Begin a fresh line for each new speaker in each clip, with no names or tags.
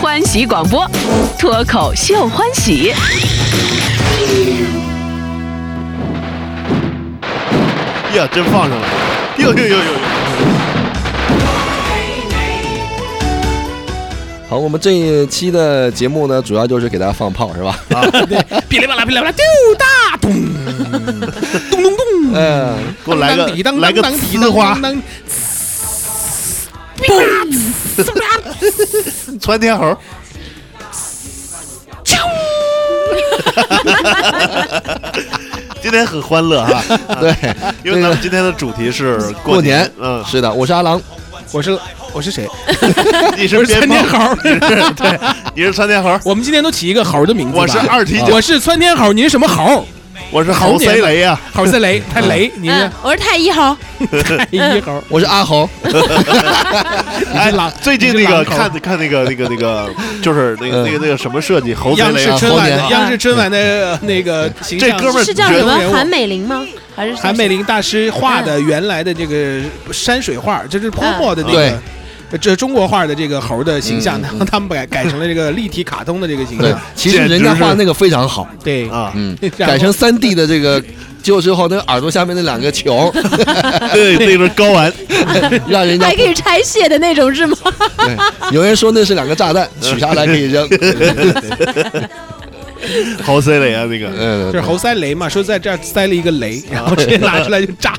欢喜广播，脱口秀欢喜。
呀，真放上了！呦呦呦呦呦！
好，我们这一期的节目呢，主要就是给大家放炮，是吧？
啊
噼里啪啦噼里啪啦，丢大咚，咚咚咚，
嗯，
给我来个
滴当
来个
当当滴
呲
当
花
当，当，
窜天猴， 今天很欢乐 哈，
对，
因为咱
这
们
个
今天的主题是
过
年
年，，
嗯，
是的，我是阿郎，
我是我是谁？
你
我
是
是窜
鞭炮
天， 猴。
你是窜天猴，
我们今天都起一个猴的名字吧。
我是二踢脚
我是窜天猴，您是什么猴？
我是猴
猴
塞
年
雷呀，
猴是雷，太雷，您
嗯
是，
我是太一猴，
一猴。
我是 阿猴，
哎
狼，
最近
你是
那个
狼头
看看那个那个那个，就是那个
嗯
那个那个什么设计，猴塞
央
雷
视
啊，
春
猴
晚
年
的
啊，嗯
央视春晚的那个形
这
象，
哥们儿
是叫什
觉得
么韩美玲吗？还是
韩美？林大师画的原来的这个山水画，这是泡沫的那
对
个。
嗯
这中国画的这个猴的形象，
嗯
然
嗯
后 他们改改成了这个立体卡通的这个形
对
象。，
其实人家画那个非常好，
对，
啊，
嗯，
然后
改成三 D 的这个，就之后那个耳朵下面那两个球，
对，那个睾丸，
让人家
还可以拆卸的那种 是吗？
对，有人说那是两个炸弹，
嗯
取下来可 以扔，
猴塞雷啊，那个。
嗯，
就是猴塞雷嘛，说在这儿塞了一个雷，
啊
然后直接拿出来就炸。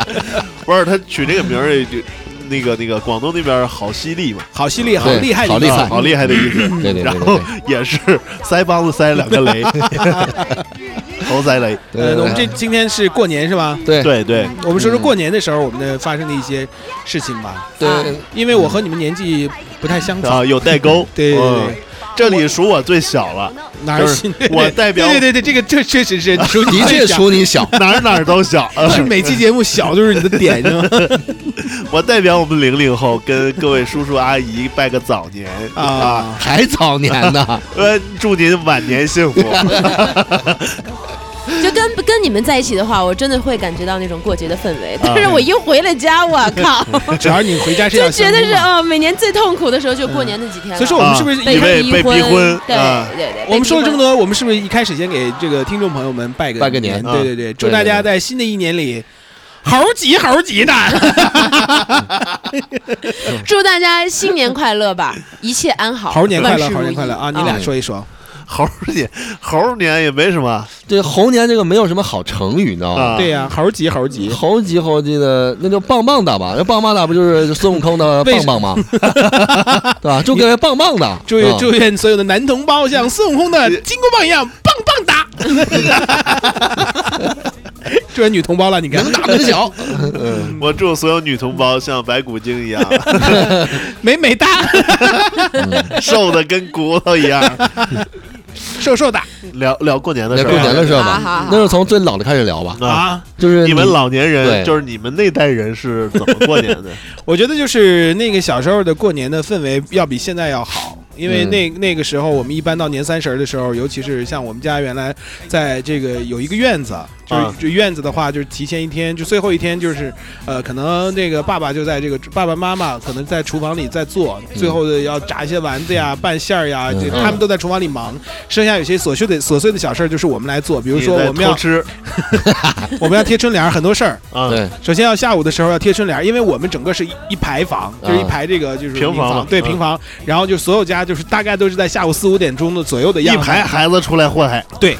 不是他取这个名儿也就，那个那个广东那边儿好犀利嘛，
好犀利，好厉害，
好厉害
啊好厉害的意思。
对对对
然
对
后也是腮帮子塞了两个 雷，头塞雷。
呃，我们这
对
今天是过年是吧？
对对
对对，
我们说说过年的时候我们的发生的一些事情吧，
对，
因为我和你们年纪不太相仿。
啊，有代沟。
对对对
嗯，这里数我最小了，
哪
就
儿
是
信？
我代表
对对对，这个这确实是，的
啊的
哎
确
说，
除你小，
哪儿哪儿都小。呃
是每期节目小就是你的点，是吗？
我代表我们零零后跟各位叔叔阿姨拜个早年啊！
啊，
还早年 呢，
呃，祝您晚年幸福。
就跟跟你们在一起的话，我真的会感觉到那种过节的氛围。
啊
但是我一回了家，我 靠，
只要你回家是
就
要
觉得
相
是
亲嘛
哦，每年最痛苦的时候就过年那几天了。
所以说 我们是不是
啊
被
以为被
逼
逼婚
对
啊
对对，
我们说了这么
多，
多，我们是不是一开始先给这个听众朋友们拜个
拜个年
对对对，祝
对对
大家
对
在新的一年里猴急猴急的。
祝大家新年快 乐吧，一切安好，
猴年快乐，
万事
猴
如
年
意
快乐啊！你俩
嗯
说一说，
猴儿年，猴儿年也没什 么
这猴年这个没有什么好成语，你知道吗？
啊。
对呀，猴急猴急，
猴急猴急的，那就棒棒哒吧，那棒棒哒不就是孙悟空的
为
棒
什
棒吗？ 对吧？祝各位棒棒哒！
祝愿
啊
祝愿所有的男同胞像孙悟空的金箍棒一样棒棒 哒。 祝愿女同胞了，你看
能大能小，
嗯我祝所有女同胞像白骨精一 样，
美美哒，
瘦的跟骨头一样。
瘦瘦哒
聊聊过年的事
那
儿，
过年的事儿
好好
吧
好，
那就从最老的开始聊吧。
啊。
啊！
就是
你们老年人，
对
就是你们那代人是怎么过年 的？
我觉得就是那个小时候的过年的氛围要比现在要好。因为
嗯
那那个时候，我们一般到年三十儿的时候，尤其是像我们家原来在这个有一个院子，就是
啊
就院子的话，就是提前一天，就最后一天，就是呃，可能那个爸爸就在这个爸爸妈妈可能在厨房里在做，最后的要炸一些丸子呀、拌馅儿呀，
嗯
就他们都在厨房里忙，剩下有些琐碎的琐碎的小事儿就是我们来做，比如说
你在
我们要
偷吃
我们要贴春联儿，很多事儿，
啊，
对
首先要下午的时候要贴春联儿，因为我们整个是一一排房，就是一排这个就是
啊平房
房，
嘛
对
嗯
平房，然后就所有家就是大概都是在下午四五点钟的左右的
一
样子，
排孩子出来祸害，
对，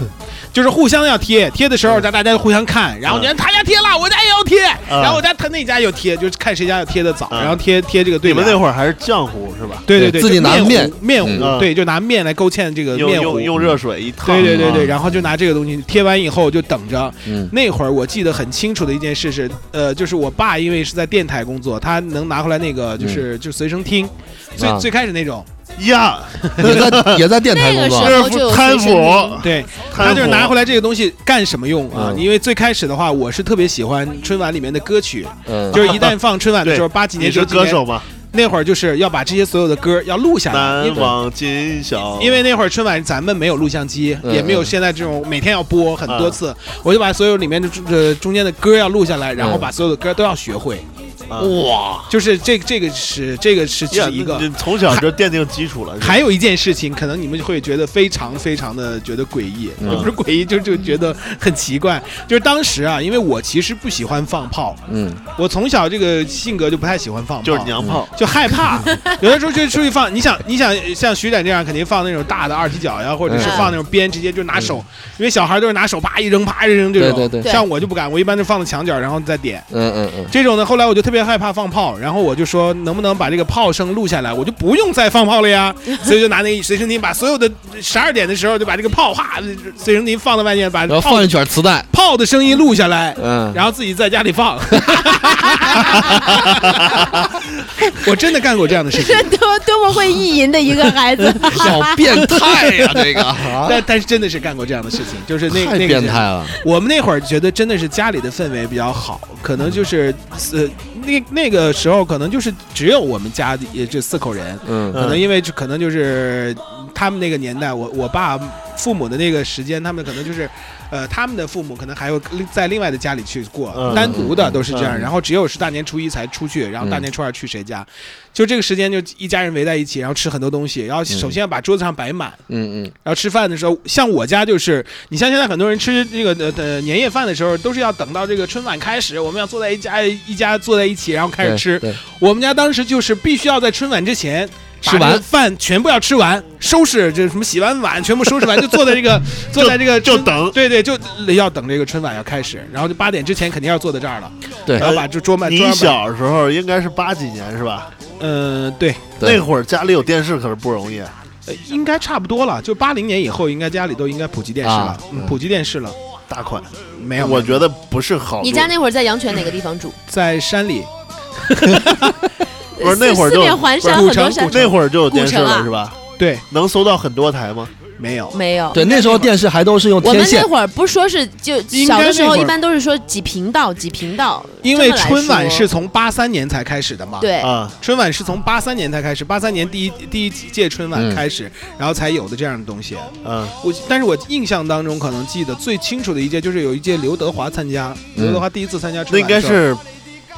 就是互相要贴，贴的时候让大家互相
啊
看，然后你看他家贴了，我家也要贴，
嗯
然后我家他那家又贴，就是看谁家要贴的早，
嗯
然后贴贴这个对
你
联
们那会儿还是浆糊是吧？
对对
对
对，
自己
就
拿
面
面
糊面
嗯
糊，对，就拿面来勾芡这个
用
呃面糊嗯
用。用热水一烫，
对对对对，
啊
然后就拿这个东西贴完以后就等着，
嗯
那会儿我记得很清楚的一件事是，呃，就是我爸因为是在电台工作，他能拿回来那个就是、就随身听，最、
嗯啊
最开始那种，
呀，
也在也在电台
那
工
个时
啊
作，
候就有
贪
随身
腐
听，
对，
贪
他就是
腐
拿回来这个东西干什么用啊？
嗯
因为最开始的话，我是特别喜欢春晚里面的歌曲，
嗯
就是一旦放春晚的 时候，八几
你
年
是
九几年
歌手吗？
那会儿就是要把这些所有的歌要录下来，
难
啊因为
忘今宵，
因为那会儿春晚咱们没有录像机，
嗯
也没有现在这种每天要播很
嗯
多次，我就把所有里面的中呃中间的歌要录下来，然后
嗯
把所有的歌都要学会。
啊
哇，就是这这个是这个是只
呀
是一个
你。你从小就奠定基础了。
还有一件事情，可能你们会觉得非常非常的觉得诡异，
嗯
也不是诡异，就就觉得很奇怪。就是当时啊，因为我其实不喜欢放炮，
嗯，
我从小这个性格就不太喜欢放炮，
就是娘炮，
就 害怕，有的时候就出去放。你想，你想像徐展这样，肯定放那种大的二踢脚呀，或者是
嗯
放那种鞭，直接就拿手，因为小孩都是拿手啪一扔，啪一扔这
对
种。
对对，
对
像我就不敢，我一般就放到墙角，然后再点。
嗯嗯嗯，
这种呢，后来我就特别害怕放炮，然后我就说能不能把这个炮声录下来，我就不用再放炮 了呀。所以就拿那个随身听，把所有的十二点的时候就把这个炮哗随身听放到外面，把
然后
炮
放一卷磁带，
炮的声音录下来。
嗯，
然后自己在家里放， 我真的干过这样 的事情，
这 多多么会意淫的一个孩 子，
啊
好变态呀，这个啊
但但是真的是干过这样的事情，就是那
太
那个
变
是
态了，
我们那会儿觉得真的是家里的氛围比较好，可能就是呃那那个时候可能就是只有我们家也这四口人，
嗯
可能因为就可能就是他们那个年代，我我爸父母的那个时间，他们可能就是，呃，他们的父母可能还有另在另外的家里去过，
嗯
单独的都是这样，
嗯
然后只有是大年初一才出去，然后大年初二去谁家，就这个时间就一家人围在一起，然后吃很多东西，然后首先要把桌子上摆满，
嗯嗯，
然后吃饭的时候，像我家就是，你像现在很多人吃这个呃呃年夜饭的时候，都是要等到这个春晚开始，我们要坐在一家一家坐在一起，然后开始
对
吃。
对
我们家当时就是必须要在春晚之前
吃完
把这个饭，全部要吃完，收拾这什么洗完碗全部收拾完，就坐在这个坐在这个
就
春
等
对对，就要等这个春晚要开始，然后就八点之前肯定要坐在这儿了，
对
然后把这桌满桌
你
上摆，
小时候应该是八几年是吧？
嗯、对，
对
那会儿家里有电视可是不容易。啊
呃应该差不多了，就八零年以后应该家里都应该普及电视了，
啊
嗯普及电视了，
大款，
没有，
我觉得不是好路。
你家那会儿在阳泉哪个地方住？
在山里。
不是那会儿
四
就
面环山，
古
很多
城
山
古城
那会儿就有电视
古城
了
啊
是吧？
对，
能搜到很多台吗？
没有，
没有。
对，那时候电视还都是用
我
天
们
线
那，会儿不说是就
应
小
该
的
那
时候，
会儿
一般都是说几频道几频道。
因为
这么来
春晚
说
是从八三年才开始的嘛。。
对
啊，
春晚是从八三年才开始，八三年第一第一届春晚
嗯
开始，然后才有的这样的东西。
嗯，
我但是我印象当中可能记得最清楚的一届就是有一届刘德华参加，
嗯
刘德华第一次参加
那
春
应
晚
该
的时候，
是，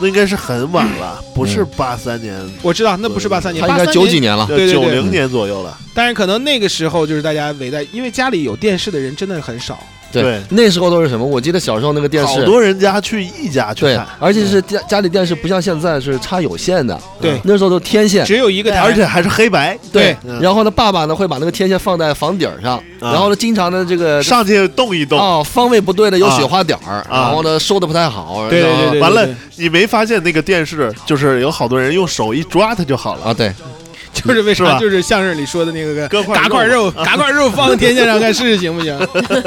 那应该是很晚了，不是八三年，
我知道那不是八三年，
他应该
83
九几。年了，
嗯啊对对对
九零年左右了。
但是可能那个时候就是大家围在，因为家里有电视的人真的很少。
对
那时候都是什么？我记得小时候那个电
好
视，
多人家去一家去
对
看，，
而且是
嗯
家家里电视不像现在是插有线的，
对，
那时候都天线。
只有一个台，
嗯而且还是黑白，
对
嗯
然后呢，爸爸呢会把那个天线放在房顶上，
啊
然后呢，经常的这个
上去动一动。
哦方位不对的有雪花点儿，然后呢收的不太好，
啊对对对对，
完了
对，
你没发现那个电视，就是有好多人用手一抓它就好了
啊，对，
就是为
是
啥
吧
就是相声里说的那个
割块
嘎块
肉
肉，嘎块肉放天线上看试试行不行？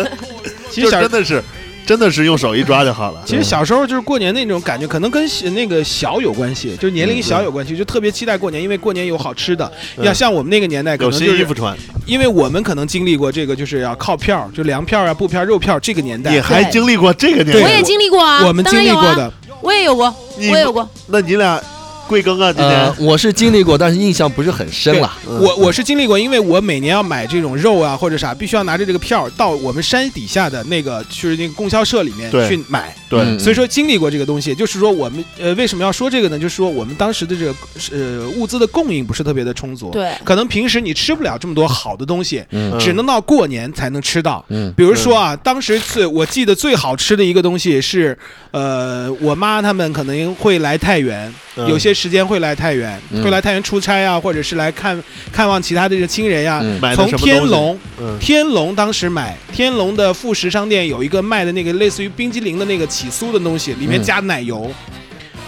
其
就
实小
真的是，真的是用手一抓就好了。
其实小时候就是过年那种感觉，可能跟小那个小有关系，就是年龄小有关系，就特别期待过年，因为过年有好吃的。
嗯
要像我们那个年代，可
有
能
新
就是
衣服穿，
因为我们可能经历过这个，就是要靠票，就粮票啊、布票、肉票这个年
你
代，
还经历过这个年
对
我
代
也经历过啊，
我们
当
经
然
历
有
过
啊，
的。
我也有过，
你
我也有过。
那你俩贵庚啊？今
呃
年，
我是经历过，但是印象不是很深了。
嗯
我我是经历过，因为我每年要买这种肉啊或者啥，必须要拿着这个票到我们山底下的那个就是那个供销社里面
对
去买。
对
嗯
所以说经历过这个东西，就是说我们呃为什么要说这个呢？就是说我们当时的这个呃物资的供应不是特别的充足，
对
可能平时你吃不了这么多好的东西，
嗯
只能到过年才能吃到。
嗯
比如说啊，当时最我记得最好吃的一个东西是，呃，我妈他们可能会来太原，
嗯
有些时间会来太原，
嗯
会来太原出差啊，或者是来看看望其他的这亲人呀、
嗯
买的
从
什么
天
东西
龙，
嗯
天龙当时买天龙的副食商店有一个卖的那个类似于冰激凌的那个起酥的东西，里面
嗯
加奶油。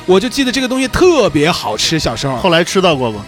我就记得这个东西特别好吃，小时候
后来吃到过吗？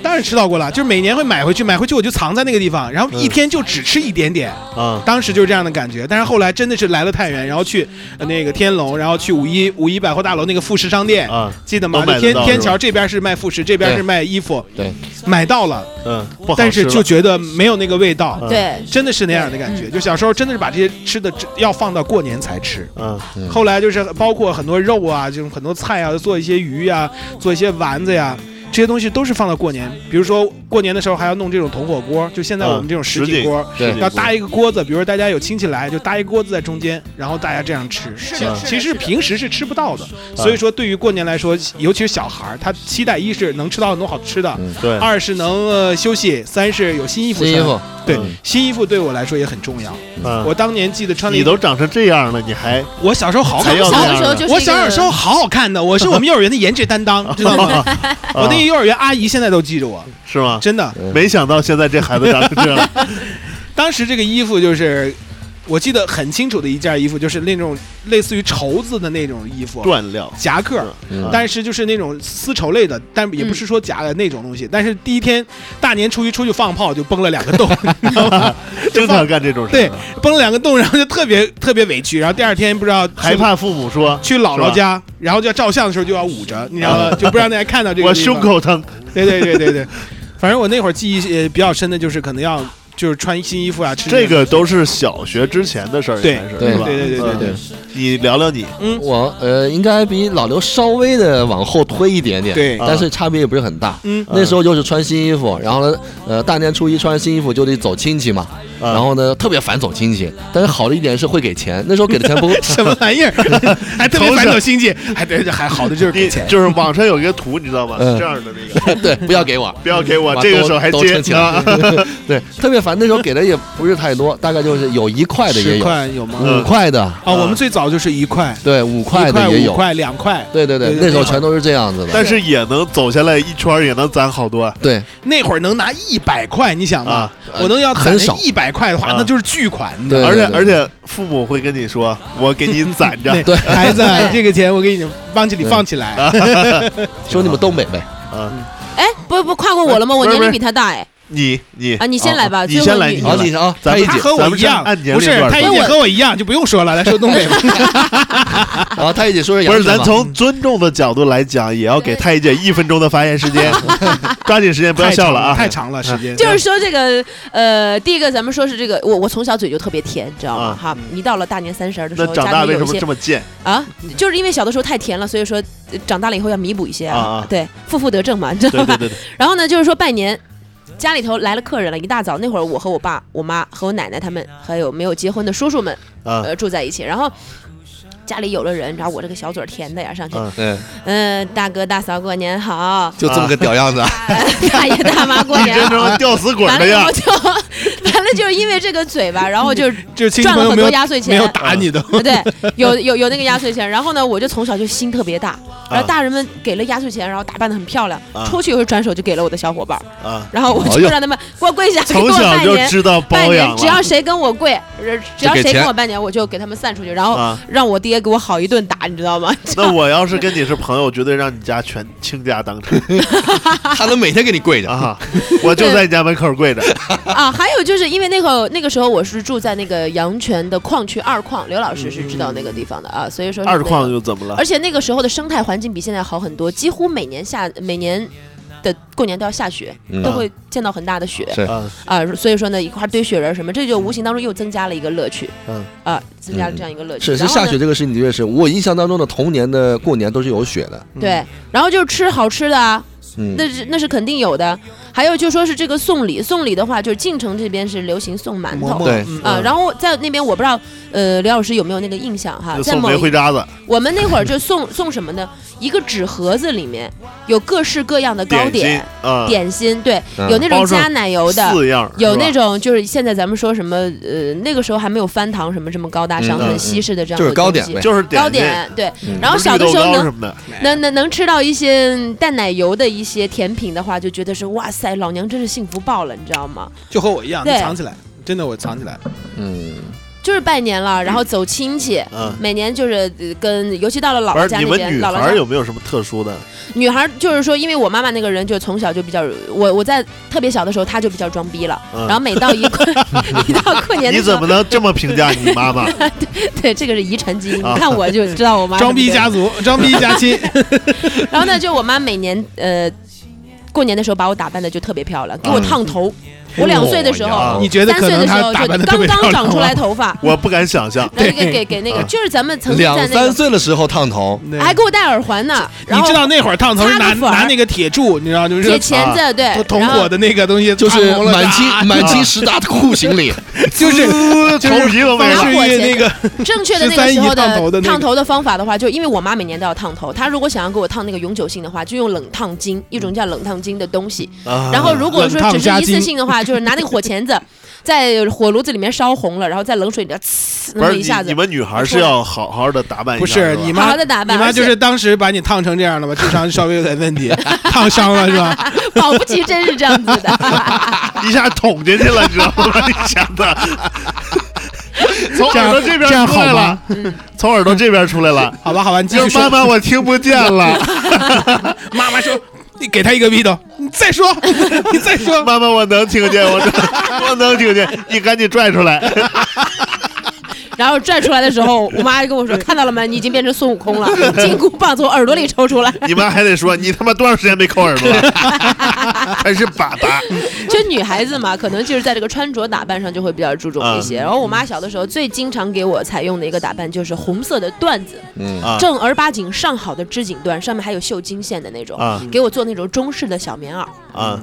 当然吃到过了，就是每年会买回去，买回去我就藏在那个地方，然后一
嗯
天就只吃一点点，
啊，
当时就是这样的感觉。但是后来真的是来了太原，然后去、呃那个天龙，然后去五一五一百货大楼那个副食商店，
嗯啊
记得吗？
都买得
就天
到是吧
天桥这边是卖副食，这边是卖衣服，
对，
买到了，
嗯，不好
但是
吃
就
了
觉得没有那个味道，
嗯
对，
真的是那样的感觉。就小时候真的是把这些吃的只要放到过年才吃。
嗯
嗯
后来就是包括很多肉啊，这种很多菜啊，做一些鱼呀、做一些丸子呀、这些东西都是放到过年。比如说过年的时候还要弄这种铜火锅，就现在我们这种
石
井锅，
对
石井
要
锅
搭一个锅子，比如说大家有亲戚来，就搭一锅子在中间，然后大家这样吃。
是
嗯其
的，
其实
是的
平时是吃不
啊
到的，所以说对于过年来说，尤其是小孩儿，他期待一是能吃到很多好吃的，
对，
二是能呃休息，三是有新衣服
新衣
穿。啊
服，
对
嗯，
新衣服对我来说也很重要。
嗯
我当年记得穿了一
你都长成这样了，你还
我小时候好好
才
看
要，
小的时候就是一个
我小时候好好看的，我是我们幼儿园的颜值担 当，知道吗？
嗯
我那个幼儿园阿姨现在都记着我，
啊是吗？
真的。
没想到现在这孩子长成这样，
当时这个衣服就是，我记得很清楚的一件衣服，就是那种类似于绸子的那种衣服，
断料。
夹克。
嗯
但是就是那种丝绸类的，但也
嗯
不是说夹的那种东西。但是第一天大年初一出去放炮，就崩了两个 洞，你知道吗？
经常干这种事
对
儿，，
崩了两个洞，然后就特别特别委屈。然后第二天不知道
还怕父母说
去姥
是
姥
吧嗯
家，然后就要照相的时候就要捂着，你知道吗？就不让大家看到这个。
我胸。口疼，
对对对对对，反正我那会儿记忆呃比较深的就是可能要就是穿新衣服啊，吃
这个都是小学之前的事儿，
对
应该是
对
是吧？
对对对对
对
嗯，你聊聊你，
我呃应该比老刘稍微的往后推一点点，
啊
对
但是差别也不是很大。
嗯
那时候就是穿新衣服，然后呢，呃，大年初一穿新衣服就得走亲戚嘛，
嗯
然后呢，特别烦走亲戚，但是好的一点是会给钱，那时候给 的钱不
什么玩意儿，还特别
头
反
上
走心计，还对还好的就是
你
给钱。
就是网上有一个图，你知道吗？
嗯
是这样的那个，
对，不要给我，
不要给我，
把
这个
兜
手还
兜
接
撑起来
啊，
对，特别烦。那时候给的也不是太多，大概就是有一块的也
十
有，
块有吗？
嗯
五块的，
啊，我们最早就是一块、
对，五块
一块、
的也
五
有，
块、两块。
对对对
对，对
那时候全都是这样子的。
但是也能走下来一圈儿，也能攒好多啊
对，
那会儿能拿一百块，你想吧
啊，
我能要攒
很少
一百块的话
啊，
那就是巨款。你知道吗
对
而且
对
而且父母会跟你说，我给你攒着
对，孩子，这个钱我给你帮起你放起来。
说你们东北呗，
啊，
哎，不不跨过我了吗？我
不是
年
不是
龄比他大哎。
你你
啊，你先来吧，
你
最后
先来
一
你先
好，
个
来
你啊，
咱
他
们
一
他
姐，
和我
咱们
一
是
样，
按年龄
不是
段
他
的
一姐和我一样，就不用说了，来说东北吧。
然后他一姐说是
不
杨
是，
城
咱
嘛
从尊重的角度来讲，也要给太姐一分钟的发言时间，抓紧时 间，不要
太
笑
长
了啊！
太长了时间。
就是说这个，呃，第一个咱们说是这个，我我从小嘴就特别甜，知道吗
啊？
哈，一到了大年三十儿的时
那
候，
长大
家里
为
有
什
一
么
些
这么贱？
啊，就是因为小的时候太甜了，所以说呃长大了以后要弥补一些
啊
啊
啊。
对，负负得正嘛，你知道
对
吧
对？对对，
然后呢，就是说拜年，家里头来了客人了，一大早那会儿，我和我爸、我妈和我奶奶他们，还有没有结婚的叔叔们，
啊，
呃，住在一起。然后家里有了人，然后我这个小嘴儿甜的呀，上去，
嗯
嗯，
啊
嗯、大哥大嫂过年好，
就这么个屌样子啊，
大爷大妈过
一
年
真他
好。
妈吊死鬼
完
的
了，
样
我，就完了，就是因为这个嘴 巴，然后就
就是亲戚
赚
朋
了
友
很
没
多
有
压岁钱
没有。打你的，
对，有有有那个压岁钱，然后呢，我就从小就心特别大，然
啊
后大人们给了压岁钱，然后打扮的很漂亮，
啊
出去以后转手就给了我的小伙伴儿，
啊，
然后我
哎
就
呦
让他们给我跪下，给我
从小
拜
就
年，
知道
拜
包养啊
年，只要
了
谁跟我跪，呃只要
就给
谁跟
钱
我拜年，我就给他们散出去，然后
啊。
让我爹给我好一顿打，你知道 吗？
那我要是跟你是朋友，绝对让你家全倾家荡产
他能每天给你跪着，
啊！我就在你家门口跪 着，
啊，还有就是因为那个那个时候我是住在那个阳泉的矿区二矿，刘老师是知道那个地方的啊，所以说
嗯
是
二
那个
矿又怎么了？
而且那个时候的生态环境比现在好很多，几乎每年下每年。的过年都要下雪，
嗯
都会见到很大的雪
是
啊，
啊、所以说呢，一块堆雪人儿什么，这就无形当中又增加了一个乐趣，
嗯
啊、增加了这样一个乐趣。
是是
然后
下
呢
雪这个事情的确是我印象当中的童年的过年都是有雪的，
对，然后就是吃好吃的啊，
嗯，
那是那是肯定有的。还有就说是这个送礼，送礼的话，就是晋城这边是流行送馒
馍
头
馍
对
嗯
啊、然后在那边我不知道，呃，刘老师有没有那个印象哈？
又
在
送
某
煤
一
灰渣子，
我们那会儿就送 送什么呢？一个纸盒子里面有各式各样的糕
心
点、
啊，
点心，对，
嗯
有那种
包上
加奶油的。
四样儿
有那
是吧
种就是现在咱们说什么呃那个时候还没有翻糖什么这么高大上、
嗯
很
嗯
西式的这样
就是
的
糕
东
点
西
呗
就是
糕
心
点对，
嗯
然后
什么
小
绿
的
豆
时候
糕
能
什么的，啊
能能能吃到一些淡奶油的一些甜品的话，就觉得是哇塞，老娘真是幸福爆了，你知道吗？
就和我一样，你
对
藏起来，真的我藏起来。
嗯，
就是拜年了，然后走亲戚，
嗯，
每年就是呃跟，尤其到了姥
不
姥
是
家
你
那
们
边，
女
姥姥
孩
家
儿有没有什么特殊 的？
女孩儿就是说，因为我妈妈那个人就从小就比较，我我在特别小的时候，她就比较装逼了。
嗯
然后每到一 过一到过年
你
的时
怎
候，
么能这么评价你妈妈？
对这个是遗传基因，
啊
你看我就知 道我妈
装逼家
家。
族，装逼家 亲，
然后呢，就我妈每年呃过年的时候把我打扮的就特别漂亮，给我烫头，我两岁的时
哦
候，
你觉得
三
可
岁
能
时
他
候
打
就
扮的特
刚
别
刚
漂亮
长出
吗
来头发，
我不敢想象。
然后就
对
给给给那个，
啊
就是咱们曾经在
两
那
三
个，
岁的时候烫头，
对
还给我戴耳环呢，然
你
后
知道那会儿烫头是拿
擦个粉儿
拿那个铁柱，你知道啊就是
铁钳子，对，
同
然后
伙的那个东西，
就是
按摩了
满清
啊
满清十大酷刑里，
就是
头皮都没
方
了
了
世玉那个
正确的那
13
个时候
姨烫头的那个
烫头的方法的话，就因为我妈每年都要烫头，她如果想要给我烫那个永久性的话，就用冷烫巾，一种叫冷烫巾的东西。
啊
然后如果说只是
冷烫
一
夹
次
巾
性的话，就是拿那个火钳子在火炉子里面烧红了，然后在冷水里面呲，
不
那么
是
一
你
下子
你。们女孩是要好好的打扮一
不
下，
是
吧
你
好
妈
好的打扮，
你妈
而且
就是当时把你烫成这样了吗？智商稍微有点 问题，烫伤了是吧？
保不齐真是这样 子 的。
一下捅进去了，你知道吗？ 你想的，从
这
耳
样
朵这边
这样
出
好
来
吗
了？，
嗯
从耳朵这边出来了。
好吧，好吧，你继续
嗯就
说
妈。妈，我听不见了。
妈妈说，你给他一个逼斗，你再说， 你再说。
妈妈，我能听见，我能，我能听见。你赶紧拽出来。
然后拽出来的时候，我妈就跟我说：“看到了没？你已经变成孙悟空了，金箍棒从耳朵里抽出来。”
你妈还得说，你他妈多长时间没抠耳朵 了？还是粑粑。
就女孩子嘛，可能就是在这个穿着打扮上就会比较注重一
嗯
些。然后我妈小的时候最经常给我采用的一个打扮就是红色的缎子，
嗯，
啊
正儿八经上好的织锦缎，上面还有绣金线的那种，
啊
给我做那种中式的小棉�袄，
啊！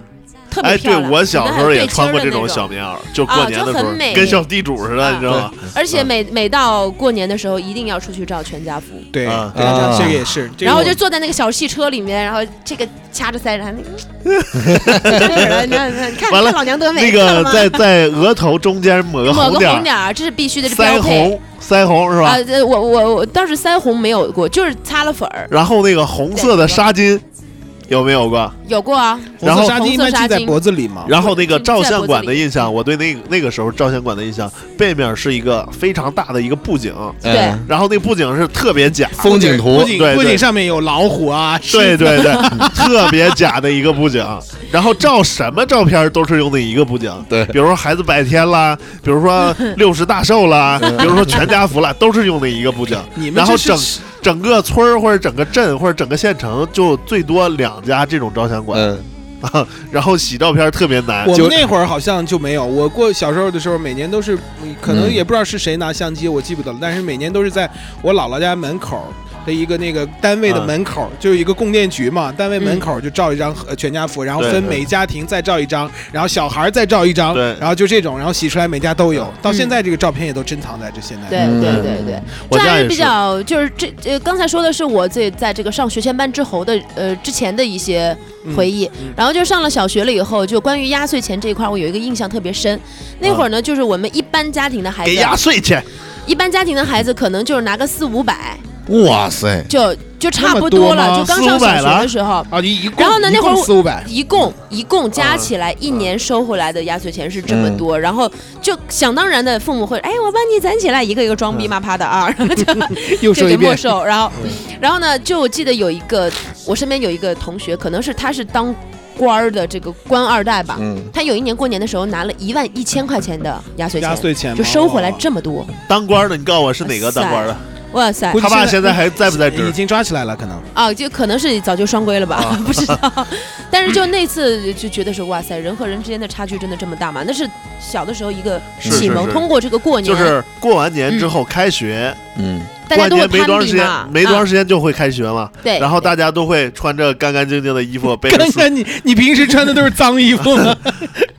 特别
哎，
漂
对
亮。
我小时候也穿过这
可
种
能还有对襟儿的那种
小棉袄，就过年的时
啊就
候
很美
跟小地主似的，
啊
你知道吗？
而且每每到过年的时候，一定要出去照全家福。
对，
啊
对
啊
这个也是。这个
然后就
我
坐在那个小汽车里面，然后这个掐着腮，然后那个，就是你 看，你看
完了
老娘多美，
那
看
个
了吗
在在额头中间抹个
抹个
点
红
儿，
点儿，这是必须的，这
腮
标配。
红，腮红是吧
啊，？这我我我当时腮红没有过，就是擦了粉儿，
然后那个红色的纱巾有没有过？
有过啊，
红
然
色
后
纱巾一般
红色纱
系在
巾
脖子里嘛。
然后那个照相馆的印象，我对那个那个时候照相馆的印象，背面是一个非常大的一个布景，
对
哎
然后那布景是特别假，
风景图
不仅
对
不
对
仅上面有老虎啊，
对
狮子，
对对， 特别假的一个布景。然后照什么照片都是用那一个布景，
对
比如说孩子百天啦，比如 说六十大寿啦，比如说全家福啦，都是用那一个布景。
你们
然后
这是
整整个村儿或者整个镇或者整个县城就最多两家这种照相馆，
嗯，
啊， 然后洗照片特别难。
我
就
们那会儿好像就没有，我过小时候的时候，每年都是，嗯可能
嗯
也不知道是谁拿相机，我记不得了，但是每年都是在我姥姥家门口的一个那个单位的
啊
门口，就是一个供电局嘛，单位门口就照一张呃全家福，然后
嗯对
分
对
每家庭再照一张，然后小孩儿再照一张
对，
然后就这种，然后洗出来每家都有，到
嗯
现在这个照片也都珍藏在这现在。
对
嗯
对对对，
我
这
家
还
也
是比
是
较就是这呃，刚才说的是我自己在这个上学前班之后的呃之前的一些
嗯
回忆
嗯，
然后就上了小学了以后，就关于压岁钱这一块，我有一个印象特别深。那会儿呢，就是我们一般家庭的孩
给压
子，
岁钱，
一般家庭的孩子可能就是拿个四五百，
哇塞，
就就差
那么
不
多
了，
吗
就刚
400
上小学
了
的时候。
啊，一一共
然后呢
一
那会儿
共
我
四五百，
一共一共加起来一年收回来的压岁钱是这么
嗯
多，然后就想当然的父母会，哎，我帮你攒起来，一个一个装逼嘛啪的啊，然后 就
嗯又
就
说
给
一
没
遍，嗯
收，然后然后呢，就我记得有一个我身边有一个同学，可能是他是当官儿的这个官二代吧，
嗯，
他有一年过年的时候拿了一万一千块钱的压岁
压
钱，
岁钱哦
就
嘛
收回来
哇
这么多，
当官的，你告诉我是哪个当官的？
哇塞
估！计
他爸
现
现
在
在还在不在职
已？经抓起来了，可能
啊，就可能是早就双规了吧，
啊
不 知道。但是就那次就觉得是哇塞，人和人之间的差距真的这么大吗？那是小的时候一个
是
启
是
蒙，
是
通过这个过年，
就是过完年之后开学，
嗯，
大
过
家
完
都会
年没多
攀
长时
比嘛，
间，没多长
啊、
时间就会开学嘛。
对，
然后大家都会穿着干干净净的衣服， 背着
刚
书
刚你你平时穿的都是脏衣 服吗？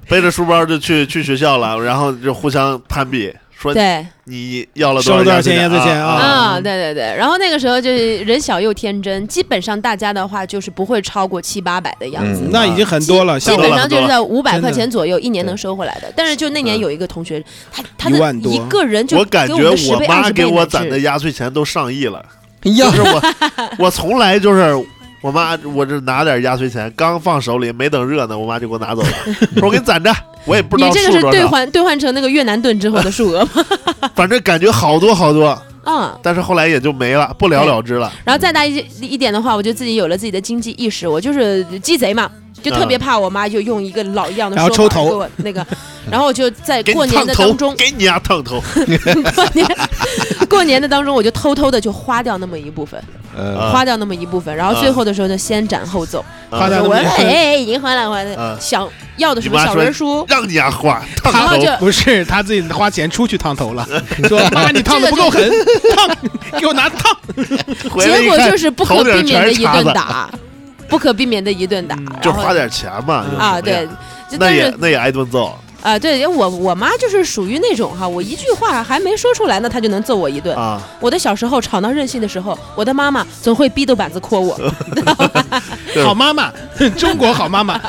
背着书包就去去学校了，然后就互相攀比，说
对
你要了
收了多少
少
钱
压
压岁钱啊
啊，对对对，然后那个时候就是人小又天真，基本上大家的话就是不会超过七八百的样子。
嗯
那已经
啊
很多了，
基
像
本
我
上就是在五百
真的
块钱左右，一年能收回来的。但是就那年
嗯
有一个同学，他他
一
的
万多
一个人就
我感
给
觉
们十
我
倍二
妈
十
给
倍
我
乃
攒的
至
压岁钱都上亿 了，
哎呀
就，是我我从来就是我妈，我这拿点压岁钱，刚放手里没等热呢，我妈就给我拿走 了，说我给你攒着，我也不知
你
道
这
数
个是
多
兑
少，
换兑换成那个越南盾之后的数额吗？
反正感觉好多好多，
啊，
但是后来也就没了，不了了之了。
然后再大一一点的话，我就自己有了自己的经济意识，我就是鸡贼嘛，就特别怕我妈就用一个老一样的
然后
说法
抽头
给我 那个，然后我就在
给
过
你
年
烫
的
头
当，中，
给你丫烫头，
过年过年的当中，我就偷偷的就花掉那么一部分，
呃，
嗯
啊
花掉那么一部分，然后最后的时候就先斩后奏。
花
啊
掉那
我
么一部分
哎，已经还了还了
啊，
想要的什么
你妈
小
说
人书，
让你丫花烫
然后
头
就，
不是他自己花钱出去烫 头了，说妈你烫的不够狠，烫给我拿烫。
回来
结
一
果
看
就是不可
头顶
避免的
全是
一
碴
顿
子，
打，不可避免的一顿打，
就
然后
花点钱嘛有什么
啊，
呀
对，就
那
但
也
是
那也挨顿揍，
啊，对，因为我我妈就是属于那种哈，我一句话还没说出来呢，她就能揍我一顿。
啊，
我的小时候吵闹任性的时候，我的妈妈总会逼着板子掴 我。
对
好妈 妈，中国 好妈妈。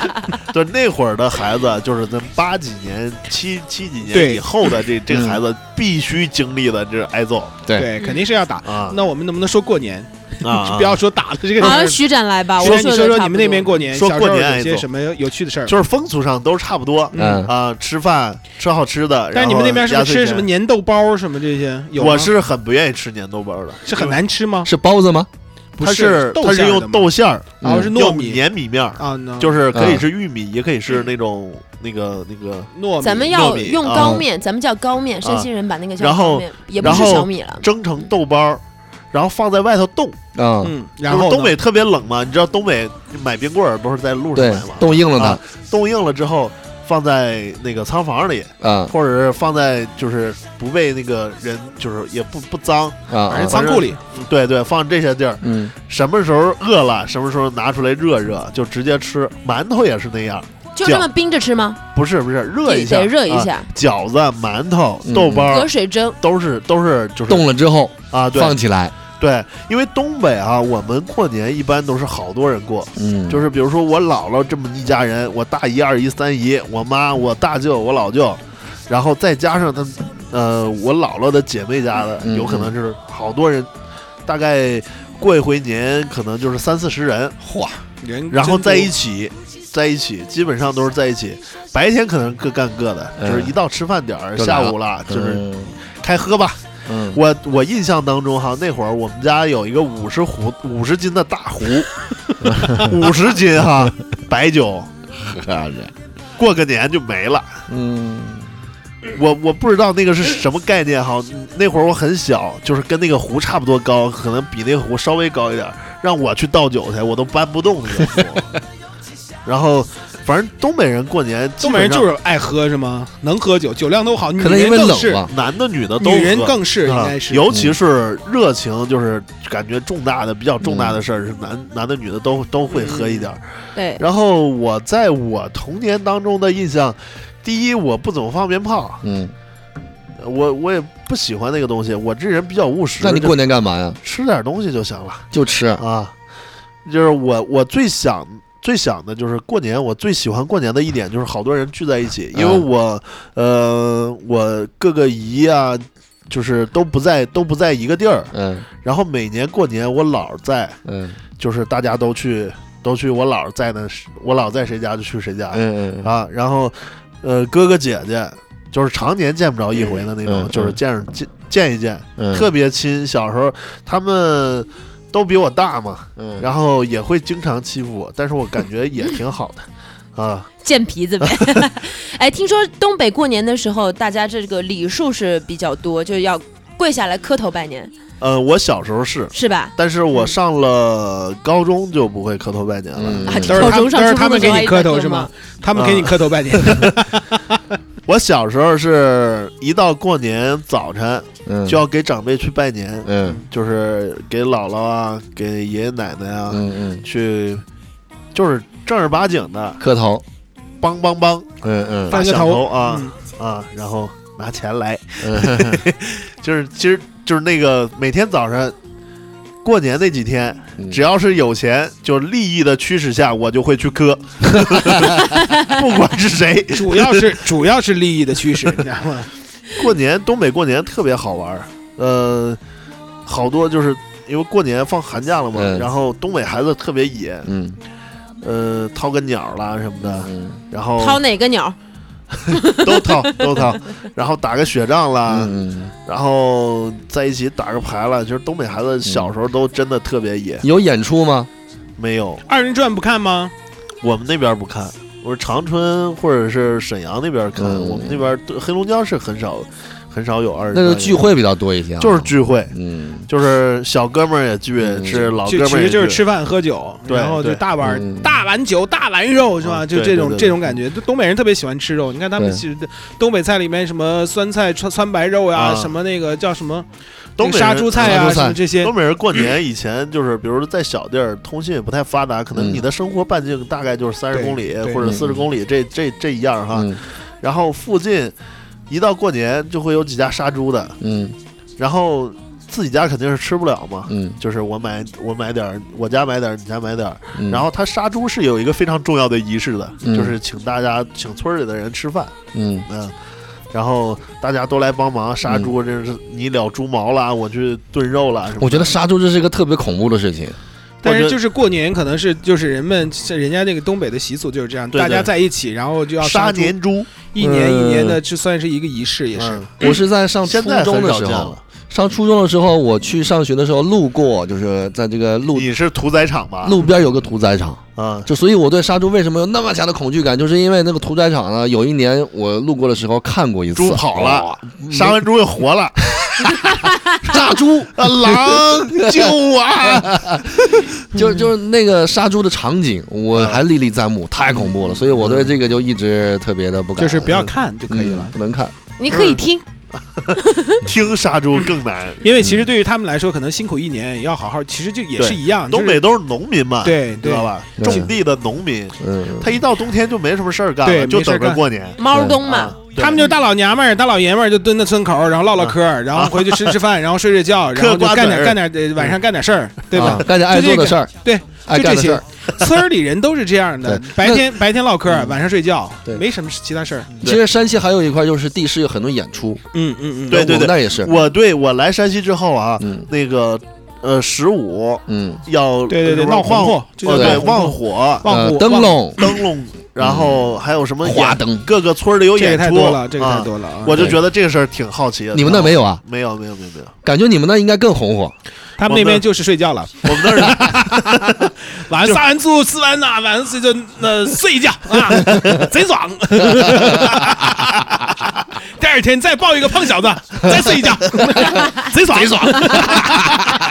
就那会儿的孩子，就是咱八几年、七七几年
对
以后的 这这
嗯
个孩子必须经历的这挨揍
对，
对，肯定是要打。
啊
那我们能不能说过年？
啊！
不要说打了这个
好像
事
徐展来吧，
儿。
啊我
说
的
你说说
差
你
不
们那边
多
过年，
说
小时
过
候
年
有些
挨揍
什么有趣的事儿？
就是风俗上都差不多
嗯
嗯，
啊，吃饭吃好吃的。
但是你们那边是不
然
是
后
吃
压岁
什么
钱？
粘豆包什么这些？有吗
我是很不愿意吃粘豆包的，
是很难吃吗？
是包子吗？
不
它是
豆
它是
馅儿的
用
吗，
豆馅儿，
嗯
然后是糯
用
米
粘米面儿，
啊，no，嗯
就是可以是玉米，也可以是那种那个那个。
糯米。
咱们
糯
要
米
用
啊
高面，咱们叫高面，山
啊
西人把那个叫
然
高
后
面，也不
然
是
后
小米了。
蒸成豆包儿，然后放在外头冻。
啊，
嗯，
就
然
是
后呢
东北特别冷嘛，你知道东北买冰棍儿都是在路上
对
买嘛，，
冻硬了
啊冻硬了之后放在那个仓房里，
它，啊
或者是放在就是不被那个人就是也不不脏，
啊
反
啊
正，仓库里
对对，放这些地儿，
嗯，
什么时候饿了，什么时候拿出来热热，就直接吃。馒头也是那样，
就这么冰着吃吗？
不是不是热
得
一下，
得热一
啊
下，
饺子、馒头
嗯、
豆包
隔
儿
水蒸。
都是都是就是
冻了之后
啊，对
放起来，
对，因为东北啊，我们过年一般都是好多人过，
嗯，
就是比如说我姥姥这么一家人，我大姨、二姨、三姨，我妈、我大舅、我老舅，然后再加上他，呃，我姥姥的姐妹家的，
嗯
有可能是好多人，大概过一回年可能就是三四十人，
嚯，人
然后
真
在
多
一起，在一起，基本上都是在一起。白天可能各干各的，
嗯
就是一到吃饭点儿，
就来
下
了
午了，就是
嗯
开喝吧。
嗯，
我我印象当中哈，那会儿我们家有一个五十壶五十斤的大 壶，五十斤哈白酒，啊
喝着，
过个年就没了。
嗯
我我不知道那个是什么概念哈，那会儿我很小，就是跟那个壶差不多高，可能比那个壶稍微高一点儿，让我去倒酒去，我都搬不动那个 壶。然后，反正东北人过年，
东北人就是爱喝是吗？能喝酒，酒量都好，女
可能因
人
为
更
冷
是，
吧，
男的女的都喝
女人更是应
啊
该是。
尤其是热情，就是感觉重大的、比较重大的事儿，是男男的、女的都都会喝一点儿。
对，
然后我在我童年当中的印象，第一，我不怎么放鞭炮，
嗯，
我我也不喜欢那个东西，我这人比较务实，
那你
就
过年干嘛呀？
吃点东西就行了
就吃，
啊。就是我我最想最想的就是过年，我最喜欢过年的一点就是好多人聚在一起，因为
嗯
我、呃我各个姨啊，就是都不在都不在一个地儿，
嗯
然后每年过年我姥儿在，
嗯
就是大家都去都去我姥儿在的，我姥儿在谁家就去谁家、
嗯嗯
啊。然后，呃，哥哥姐姐就是常年见不着一回的那种，
嗯嗯
就是见着见见一见，
嗯，
特别亲。小时候他们都比我大嘛，
嗯，
然后也会经常欺负我，但是我感觉也挺好 的啊。
贱皮子呗。 哎，听说东北过年的时候，大家这个礼数是比较多，就要跪下来磕头拜年，
呃，我小时候是。
是吧？
但是我上了高中就不会磕头拜年了。
嗯
啊，
都是他
口头
们
上
都是
出
他
不
们给
的时候
你
还
磕
在
头
磕
是吗？他们
啊
给你磕头拜年，
我小时候是一到过年早晨
嗯
就要给长辈去拜年，
嗯
就是给姥姥啊，给爷爷奶奶啊，
嗯嗯
去，就是正儿八经的，
磕头，
梆梆梆
嗯嗯
打
翻个
响
头
啊、
嗯
啊，然后拿钱来，
嗯
就是其实就是那个每天早上。过年那几天，
嗯，
只要是有钱，就利益的驱使下，我就会去 磕，不管是谁。
主 要是主要是利益的驱使，你知道吗？
过年，东北过年特别好玩儿，呃，好多就是因为过年放寒假了嘛，
嗯
然后东北孩子特别野，
嗯
呃，掏个鸟啦什么的，
嗯
然后
掏哪个鸟？
都掏都掏，然后打个雪仗啦，
嗯，
然后在一起打个牌啦。就是东北孩子小时候都真的特别野，
有演出吗？
没有
二人转不看吗？
我们那边不看，我说长春或者是沈阳那边看，
嗯
我们那边对黑龙江是很少很少有二人
那就
转
聚会比较多一些啊，
就是聚会，
嗯，
就是小哥们儿也聚，
嗯
是老哥
就
们儿
其
也
实就是
聚
吃饭喝酒，
对
然后就
对
大碗、
嗯
大碗酒、大碗肉是吧？
嗯
就
对
这种
对对
这种感觉。就东北人特别喜欢吃肉，你看他们
对
其实东北菜里面什么酸菜川川白肉呀、
啊
什么那个叫什么
东北人
杀猪菜
杀
呀、
猪菜
什么这些
东。北人过年以前就是，比如说在小地儿，通信也不太发达，可能
嗯
你的生活半径大概就是三十
对
公里
对
或者
嗯
四十公里，这这这一样哈。
嗯
然后附近一到过年就会有几家杀猪的，
嗯
然后自己家肯定是吃不了嘛，
嗯
就是我买我买点儿，我家买点儿，你家买点儿。
嗯，
然后他杀猪是有一个非常重要的仪式的，
嗯
就是请大家请村儿里的人吃饭，
嗯
嗯。然后大家都来帮忙杀猪，这是你了猪毛啦，我去炖肉啦什么的。
我觉得杀猪这是一个特别恐怖的事情，
但
我觉
是
得
就是过年可能是就是人们像人家那个东北的习俗就是这样，
对
大家
对
在一起，然后就要
杀
杀猪，
年猪
一年一年的，
呃
这算是一个仪式也是。
嗯
我是在上初
现在
中
很
的
少
时
见
候，
了。
上初中的时候，我去上学的时候路过，就是在这个路
你是屠宰场吧？
路嗯边有个屠宰场，
啊，
就所以我对杀猪为什么有那么强的恐惧感，就是因为那个屠宰场呢，有一年我路过的时候看过一次，哦
猪跑了，
没
杀完猪又活 了，
炸猪，
啊，狼救我啊！
就就是那个杀猪的场景，我还历历在目，太恐怖了，所以我对这个就一直特别的不敢，
就是不要看就
嗯
可以了，
不能看，
你可
嗯
以听，
听杀猪更难。
因为其实对于他们来说，可能辛苦一年也要好好，其实就也是
对
一样。
东
就是
北都是农民嘛，
对
知
对
道吧？
对
种地的农民，
嗯，
他一到冬天就没什么事儿干
对
了，就
没事儿
等着
干
过年。
猫冬
啊
嘛，
对
他们就是大老娘们儿、大老爷们儿，就蹲在村口儿，然后
嗯
唠唠嗑儿，然后回去吃吃饭，然后睡 睡觉，然后
嗑瓜
就干
子
点
儿
干点呃晚上干点事儿，对吧
啊？干点爱做的事儿，
对，
爱干
就这
的事
些
儿。，
村儿里人都是这样的，
对
白
那嗯
天白天唠嗑儿，晚上睡觉，
对嗯
没什么其他事儿。
其实山西还有一块就是地市有很多演出，
嗯嗯嗯，
对
我们那儿也是，
我对我来山西之后啊，
嗯
那个呃十五
嗯，
要
对对对，
什么
闹红
旺
火，这
哦
叫
对
闹
旺
红火，
火
旺
呃
火
灯笼、
灯笼，然后还有什么
花
演
灯，
各个村儿里有
这
演
个
出，
太多了，这个
啊
太多了啊。
我就觉得这个事儿挺好奇的。
你们那没
有？
有啊？
没有没有没有没有，
感觉你们那应该更红火。
他们
我
那
们
边就是睡觉了，
我们 那儿
晚上杀完猪吃完呐，晚上睡就那睡一觉 啊，贼爽。第二天再抱一个胖小子，再睡 一觉，贼爽，贼爽。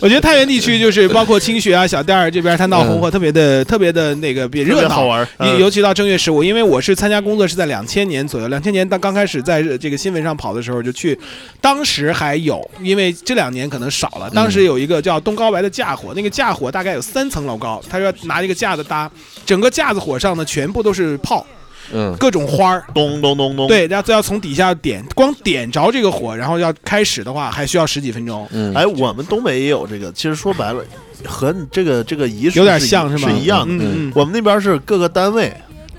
我觉得太原地区就是包括清雪啊、小店儿这边，他闹红火，特别的、特别的那个比
特嗯
热
别好
闹。
玩儿，
尤
嗯
尤其到正月十五，因为我是参加工作是在两千年左右，两千年当刚开始在这个新闻上跑的时候就去，当时还有，因为这两年可能少
嗯
了，当时有一个叫东高白的架火，那个架火大概有三层楼高，他说拿一个架子搭，整个架子火上呢全部都是炮，
嗯，
各种花儿。
咚咚咚咚。，
对，然后要从底下点，光点着这个火，然后要开始的话，还需要十几分钟。
嗯，
哎，我们东北也有这个，其实说白了，和你这个这个仪式
有点
是一
像是
是
吗
一样的。
嗯嗯
我们那边是各个单位，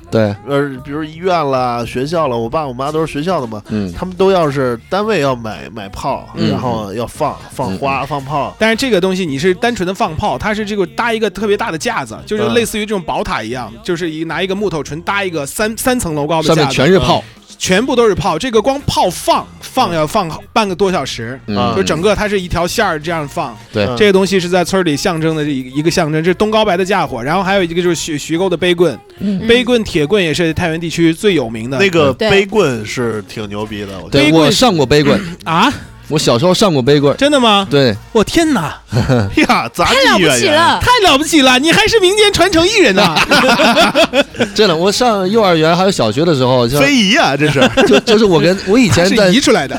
对，
呃，比如医院啦、学校啦，我爸我妈都是学校的嘛，
嗯，
他们都要是单位要买买炮，
嗯
然后要放放花、
嗯
放炮，
但是这个东西你是单纯的放炮，它是这个搭一个特别大的架子，就是
嗯
类似于这种宝塔一样，就是一拿一个木头纯搭一个三三层楼高的
上
架
面
子，啊
全是炮，
全部都是炮。这个光炮放放要放半个多小时，
嗯，
就整个它是一条线儿这样放。
对
嗯
这个东西是在村儿里象征的一个一个象征，这是东高白的架火，然后还有一个就是徐徐沟的背棍，
嗯
背棍铁棍也是太原地区最有名的
那个
对
背棍是挺牛逼的，我觉得
背
对
棍
我上过背 棍，
啊，
我小时候上过背棍，
真的吗？
对，
我天哪，
呀，杂
太了
技
不
演
哎起
员，
了，
太了不起了，你还是民间传承艺人啊呐、
真的，我上幼儿园还有小学的时候，就
非遗啊，这 是
就就是 我跟我以前
是
在
移出来的。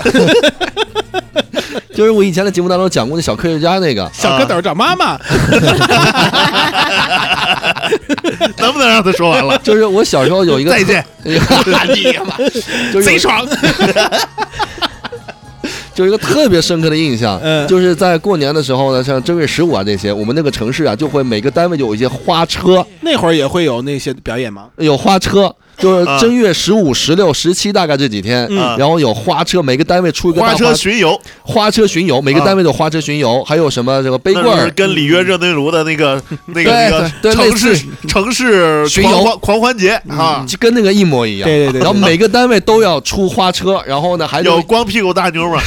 就是我以前的节目当中讲过那小科学 家那个，
小蝌蚪找妈妈，
能不能让他说完了？
就是我小时 候 有一个
再见，你妈
就是
贼
有
爽。
就是一个特别深刻的印象
嗯，
就是在过年的时候呢，像正月十五啊这些，我们那个城市啊就会每个单位就有一些花车，
那会儿也会有那些表演吗？
有花车，就是
啊
正月十五、十六、十七大概这几天，
嗯
然后有花车，每个单位出一个大
花
花
车巡游，
花车巡游，每个单位都有花车巡游，还有什么这个背棍
那是
儿。
跟里约热内卢的那 个那个
对
那个
对对类
城市
似
城市
巡
狂
游嗯
欢狂欢节啊，
就跟那个一模一样，
对对对对
然后每个单位都要出花车，然后呢还
有光屁股大妞嘛，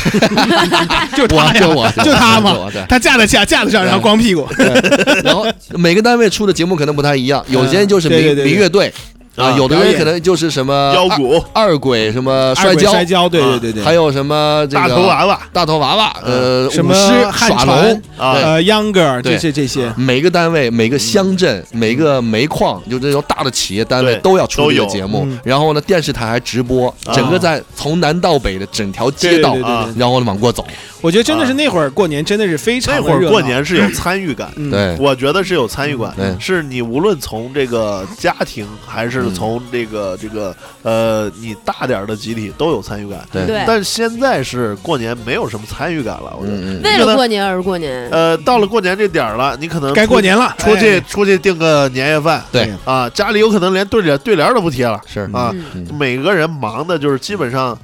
就
哎我
他
就
呀，
我
就他
我
嘛
我对，
他架在架架子上，然后光屁股。
对然后每个单位出的节目可能不太一样，有些就是
啊对对
民
对对
民乐队，啊，
啊
有的
表
人
演
可能就是什么
腰鼓、
二、二鬼什么
二
摔
鬼
跤，
摔跤，对
啊
对对对，
还有什么这个
大头娃啊娃，
大头娃娃，呃，
什
舞狮
么汉
耍
船
龙
啊
对
呃，Younger
对啊
这些这些，
每个单位、每个乡镇、每个煤矿，就这种大的企业单位
对
都要出这个
都有
节目
嗯。
然后呢，电视台还直播，
啊
整个在从南到北的整条街道啊
对对，对对
然后往过走。
我觉得真的是那会儿过年真的是非常
那
的
会儿
热
过
闹，
年是有参与感，
嗯，
对，
我觉得是有参与感
嗯，对嗯
是你无论从这个家庭，还是从这个这个呃你大点儿的集体都有参与感。
对
对，
但现在是过年没有什么参与感了，我觉得。
嗯嗯，
为了过年而过年。
呃，到了过年这点儿了，你可能
该
出
过年了，
出去
哎
出去订个年夜饭
对，
啊，家里有可能连对联对联都不贴了
是
啊。
嗯
嗯
每个人忙的就是基本上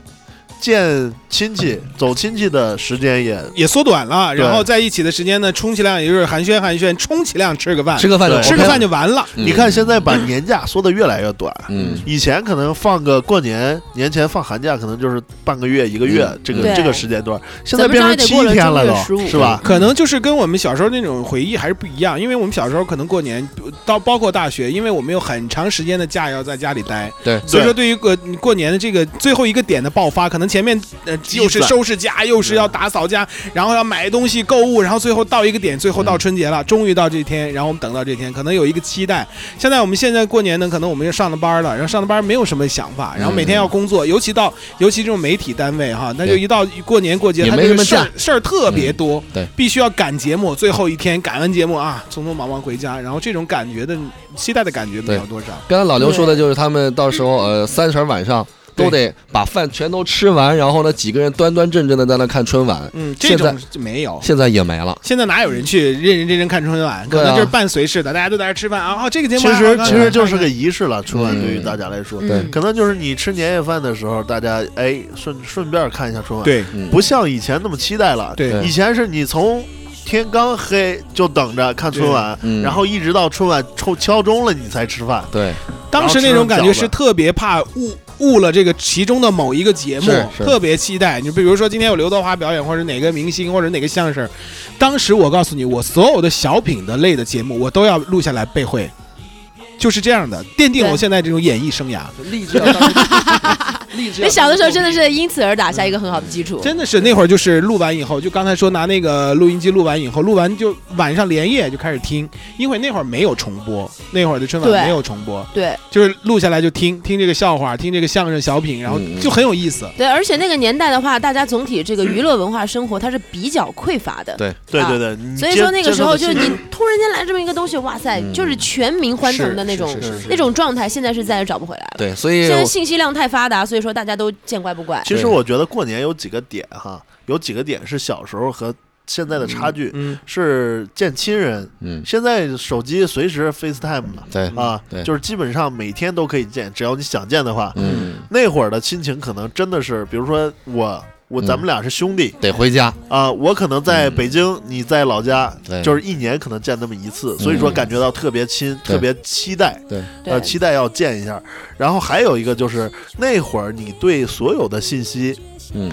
见亲戚、走亲戚的时间也
也缩短了，
对
然后在一起的时间呢，充其量也就是寒暄寒暄，充其量吃个饭，
吃个饭就
对
OK
吃个饭
了
就完了。
嗯
你看现在把年假缩得越来越短，
嗯
以前可能放个过年年前放寒假，可能就是半个月一个月、
嗯
这个
对
这个时间段，现在变成七天
咱
都
们这儿得过了正月十五
是吧？
可能就是跟我们小时候那种回忆还是不一样，因为我们小时候可能过年呃到包括大学，因为我们有很长时间的假要在家里待，
对
所以说对于过过年的这个最后一个点的爆发，可能前面呃
积攒
又是收拾家，又是
嗯
要打扫家，然后要买东西购物，然后最后到一个点，最后
嗯
到春节了，终于到这天，然后我们等到这天，可能有一个期待。现在我们现在过年呢，可能我们又上了班了，然后上了班没有什么想法，然后每天要工作，尤其到尤其这种媒体单位哈，那就
嗯对
一到过年过节，
也
他
没
这
什
个
么
事儿
假
事儿特别多，
对，
必须要赶节目，最后一天赶完节目啊，匆匆忙忙回家，然后这种感觉的期待的感觉没有
对
多少。
刚才老刘说的就是他们到时候呃三十儿晚上都得把饭全都吃完，然后呢几个人端端正正的在那看春晚，
嗯，这
现在
种就没有。
现在也没了。
现在哪有人去认认真真看春晚？可
对
能
啊
就是伴随式的，大家都在这吃饭啊。哦这个节目
其
啊
实
刚才
其
看
实
看
就是个仪式了，春晚对于
嗯
大家来说，
嗯
可能就是你吃年夜饭的时候，大家哎顺顺便看一下春晚，
对
嗯
不像以前那么期待了。
对
以前是你从天刚黑就等着看春晚
对嗯，
然后一直到春晚抽敲钟了你才吃饭。
对，
当时那种感觉是特别怕误误了这个其中的某一个节目
是，是
特别期待。你比如说今天有刘德华表演，或者哪个明星，或者哪个相声，当时我告诉你，我所有的小品的类的节目，我都要录下来背会，就是这样的，奠定
对
我现在这种演艺生涯。
励 志要励志
那小的时候真的是因此而打下一个很好的基础。
真的是那会儿就是录完以后，就刚才说拿那个录音机录完以后，录完就晚上连夜就开始听，因为那会儿没有重播，那会儿的春晚
对
没有重播，
对
就是录下来就听听这个笑话，听这个相声小品，然后
嗯嗯
就很有意思。
对，而且那个年代的话，大家总体这个娱乐文化生活它是比较匮乏的。
对
对
啊
对对，你
所以
接
说那个时候就是
接受
你
的
突然间来这么一个东西，哇塞，
嗯
就是全民欢腾的那种
是是是是哎
那种状态，现在是再也找不回来了。
对，所以
现在
我
信息量太发达，所以说大家都见怪不怪。
其实
对
我觉得过年有几个点哈，有几个点是小时候和现在的差距，
嗯，
是见亲人。
嗯，
现在手机随时 FaceTime 了
对，
啊
对，
就是基本上每天都可以见，只要你想见的话。
嗯，
那会儿的亲情可能真的是，比如说我我
嗯
咱们俩是兄弟
得回家，
啊，我可能在
嗯
北京，你在老家
对，嗯
就是一年可能见那么一次，所以说感觉到特别亲，特别期待。
对，
对
呃，，期待要见一下。然后还有一个就是那会儿你对所有的信息，
嗯，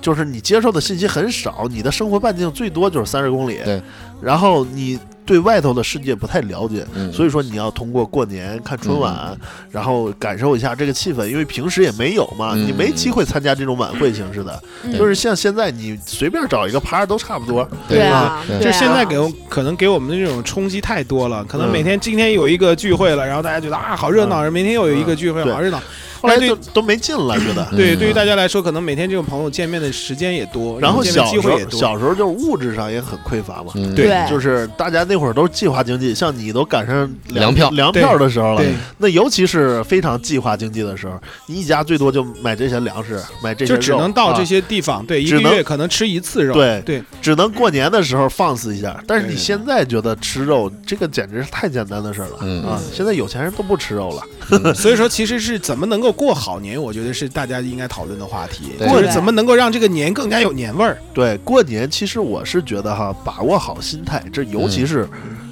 就是你接受的信息很少，你的生活半径最多就是三十公里。
对，
然后你对外头的世界不太了解，
嗯
所以说你要通过过年看春晚，然后感受一下这个气氛，因为平时也没有嘛，
嗯
你没机会参加这种晚会形式的。
嗯
就是像现在你随便找一个趴儿都差不多。
对啊，
对
就
对啊
现在给我可能给我们的这种冲击太多了，可能
嗯
每天今天有一个聚会了，然后大家觉得啊好热闹，然后明天又有一个聚会
嗯对
好热闹。
后来
哎但对
就都没劲了，觉得。
对，
嗯
对于大家来说，可能每天这种朋友见面的时间也多，
然后
见面
小
机
时
会也
候
多。
小时候就是物质上也很匮乏嘛，
嗯
对
对
就是大家那会儿都是计划经济，像你都赶上
粮票
粮票的时候了
对，
那尤其是非常计划经济的时候，你一家最多就买这些粮食，买这些
就
肉，
只能到这
啊
些地方，对，一个
只能
月可能吃一次肉，
对
对，
只能过年的时候放肆一下。但是
对
你
对
现在觉得吃肉这个简直是太简单的事儿了、
嗯
啊！现在有钱人都不吃肉了，
所以说其实是怎么能够过好年，我觉得是大家应该讨论的话题，
对
或者
对
怎么能够让这个年更加有年味儿。
对，
嗯
过年其实我是觉得哈，把握好心态，这尤其是，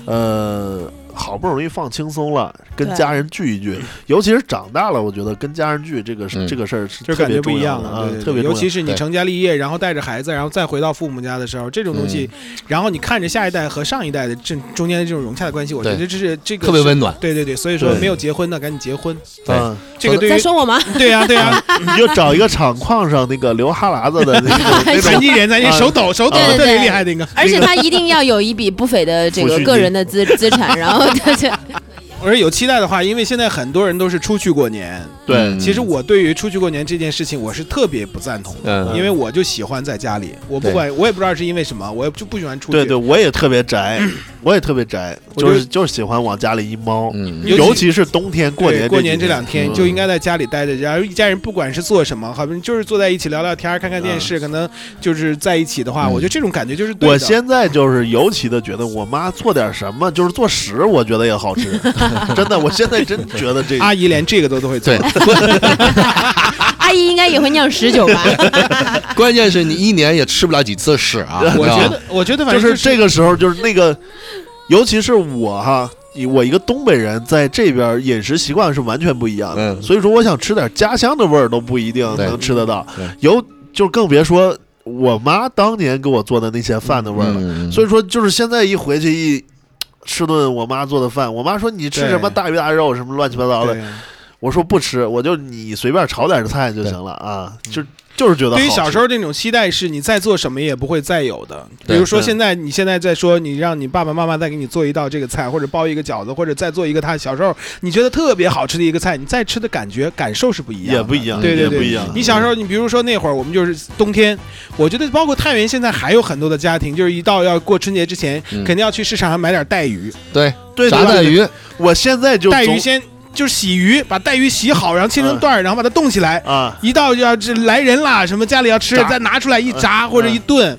呃，好不容易放轻松了，跟
对
家人聚一聚，尤其是长大了，我觉得跟家人聚这个
嗯
这个事儿是
就
特
感
别
觉不
重
一样
的
了，
啊
对对，对
特别重要
尤其是你
对
成家立业，然后带着孩子，然后再回到父母家的时候，这种东西，
嗯
然后你看着下一代和上一代的这中间的这种融洽的关系，我觉得
对
这是这个
特别
是
温暖。
对对对，所以说
对
没有结婚的赶紧结婚，
对
嗯
这个对
在
于
说我吗？
对 呀对呀，
你就找一个厂矿上那个流哈喇子的 那种那
残
种
疾人咱这
啊
手抖手抖
对对
特别
对
厉害的一个，
而且他一定要有一笔不菲的这
抚恤
个
金
个人的资资产，然后 他就
而有期待的话，因为现在很多人都是出去过年，
对
嗯
其实我对于出去过年这件事情，我是特别不赞同的，
嗯
因为我就喜欢在家里，我不管，我也不知道是因为什么，我也就不喜欢出去。
对对，我也特别宅，我也特别宅，
我
就
就是
就是喜欢往家里一猫，
嗯，
尤其
尤其是冬天嗯过
对
年
过
几
年这两天就应该在家里待着，然后一家人不管是做什么，好比就是坐在一起聊聊天儿、看看电视，可能就是在一起的话，
嗯
我觉得这种感觉就是对
嗯
的
我现在就是尤其的觉得，我妈做点什么，就是做屎，我觉得也好 吃。真的，我现在真觉得这个
阿姨连这个都都会做
对，
阿姨应该也会酿十九吧？
关键是你一年也吃不了几次屎啊！
我
你
觉
知道吗
得，我觉得反
就
正
是
是
这个时候，就是那个，尤其是我哈，以我一个东北人，在这边饮食习惯是完全不一样的，
嗯
所以说我想吃点家乡的味儿都不一定
对
能吃得到
对，
有就更别说我妈当年给我做的那些饭的味儿了。
嗯
所以说，就是现在一回去一吃顿我妈做的饭，我妈说你吃什么
对
大鱼大肉什么乱七八糟的，
对啊
我说不吃，我就你随便炒点菜就行了啊，就就是觉得
对于
好
小
吃
时候那种期待，是你再做什么也不会再有的。比
对
如说
对
现在，你现在在说你让你爸爸妈妈再给你做一道这个菜，或者包一个饺子，或者再做一个他小时候你觉得特别好吃的一个菜，你再吃的感觉感受是不一样的，
也不一样，
对对
也
对，
不一样。嗯
你小时候，你比如说那会儿，我们就是冬天，我觉得包括太原现在还有很多的家庭，就是一到要过春节之前，
嗯
肯定要去市场上买点带鱼，
对
对
炸带，
对
鱼，
我现在就
带
总嗯
鱼先就是洗鱼，把带鱼洗好，然后切成段儿，然后把它冻起来，
啊，
一到要这来人啦，什么家里要吃的，
炸
再拿出来一炸或者一炖，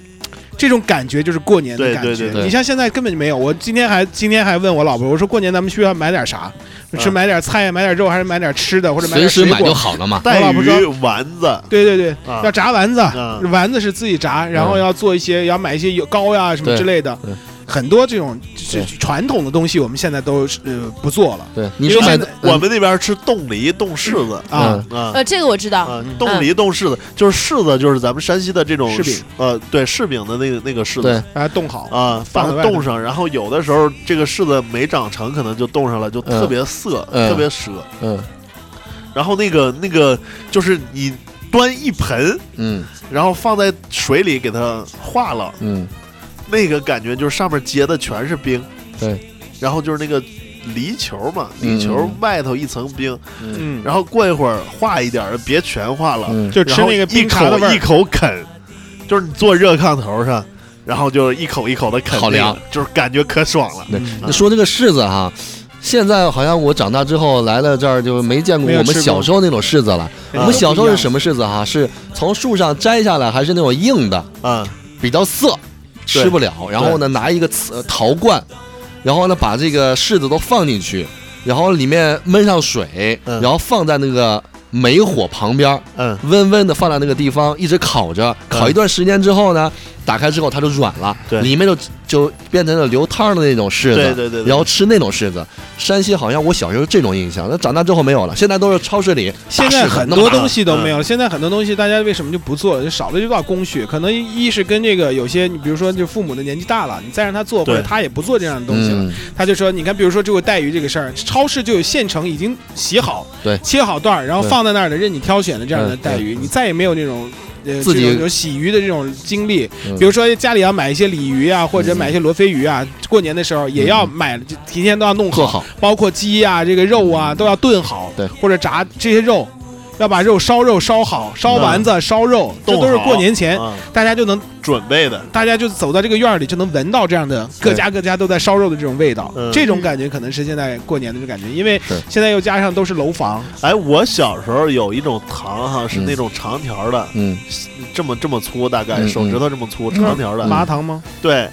这种感觉就是过年的
对
感
对
觉
对。
对
你像现在根本就没有。我今天还今天还问我老婆，我说过年咱们需要买点啥？是
嗯
买点菜呀，买点肉，还是买点吃的，或者买
随
点
时
水
买就
果？
好了嘛。
带
老婆
鱼丸子，
对对对，
啊
要炸丸子
啊，
丸子是自己炸，然后
嗯
要做一些，要买一些油糕呀什么
对
之类的
嗯，
很多这种就是
对
传统的东西，我们现在都是呃不做了
对，你
因为
说买
现在我们那边吃冻梨、冻柿子
啊。
嗯
啊
呃，这个我知道，
啊，冻梨、冻柿子就是柿子，就是咱们山西的这种
柿饼，
呃，对柿饼的那个那个柿子
嗯对
把它冻好，
啊，把
放在
它
外头
冻上，然后有的时候这个柿子没长成，可能就冻上了，就特别涩，
嗯
特别涩。
嗯
然后那个那个就是你端一盆，
嗯
然后放在水里给它化了，
嗯，
那个感觉就是上面结的全是冰，
对，
然后就是那个梨球嘛，梨球
嗯
外头一层冰，
嗯，
然后过一会儿化一点儿，别全化了，
嗯
就吃那个
然后一
冰茶的味
口一
儿。
口啃，就是你坐热炕头上，然后就是一口一口的啃、那个，
好凉，
就是感觉可爽了。
对
嗯，
那说这个柿子哈，现在好像我长大之后来了这儿就没见过
没有
我们
吃过
小时候那种柿子了。
哎
我们小时候是什么柿子哈？是从树上摘下来，还是那种硬的，
啊、
比较涩，吃不了。然后呢，拿一个瓷呃陶罐，然后呢把这个柿子都放进去，然后里面焖上水，
嗯
然后放在那个煤火旁边，
嗯，
温温的放在那个地方，一直烤着，烤一段时间之后呢，打开之后它就软了，
对
里面就就变成了流汤的那种柿子，
对对对对
然后吃那种柿子。山西好像我小时候这种印象，那长大之后没有了，现在都是超市里
现在很
大柿嗯子那
多
么
东西都没有了，现在很多东西大家为什么就不做了？就少了这道工序，可能一是跟这个有些，你比如说，就父母的年纪大了，你再让他做，或者
对
他也不做这样的
大
东西了。
嗯
他就说，你看，比如说这个带鱼这个事儿，超市就有现成已经洗好，
对
切好段儿，然后
对
放在那儿的，任你挑选的这样的带鱼，
嗯嗯
你再也没有那种。呃，
自己
这种有洗鱼的这种经历，
嗯
比如说家里要买一些鲤鱼啊，或者
嗯
买一些罗非鱼啊，过年的时候也要买，就提前都要弄
做好，
包括鸡呀、这个肉啊都要炖好，
对
或者炸这些肉，要把肉烧肉烧好，烧丸子、烧肉，这
冻
都是
好
过年前
啊
大家就能，
准备的，
大家就走到这个院儿里就能闻到这样的各家各家都在烧肉的这种味道
嗯，
这种感觉可能是现在过年的这感觉，因为
是
现在又加上都是楼房，
哎，我小时候有一种糖哈，是
嗯
那种长条的，
嗯，
这么这么粗，大概
嗯
手指头这么粗，长条的，
麻糖吗？
对，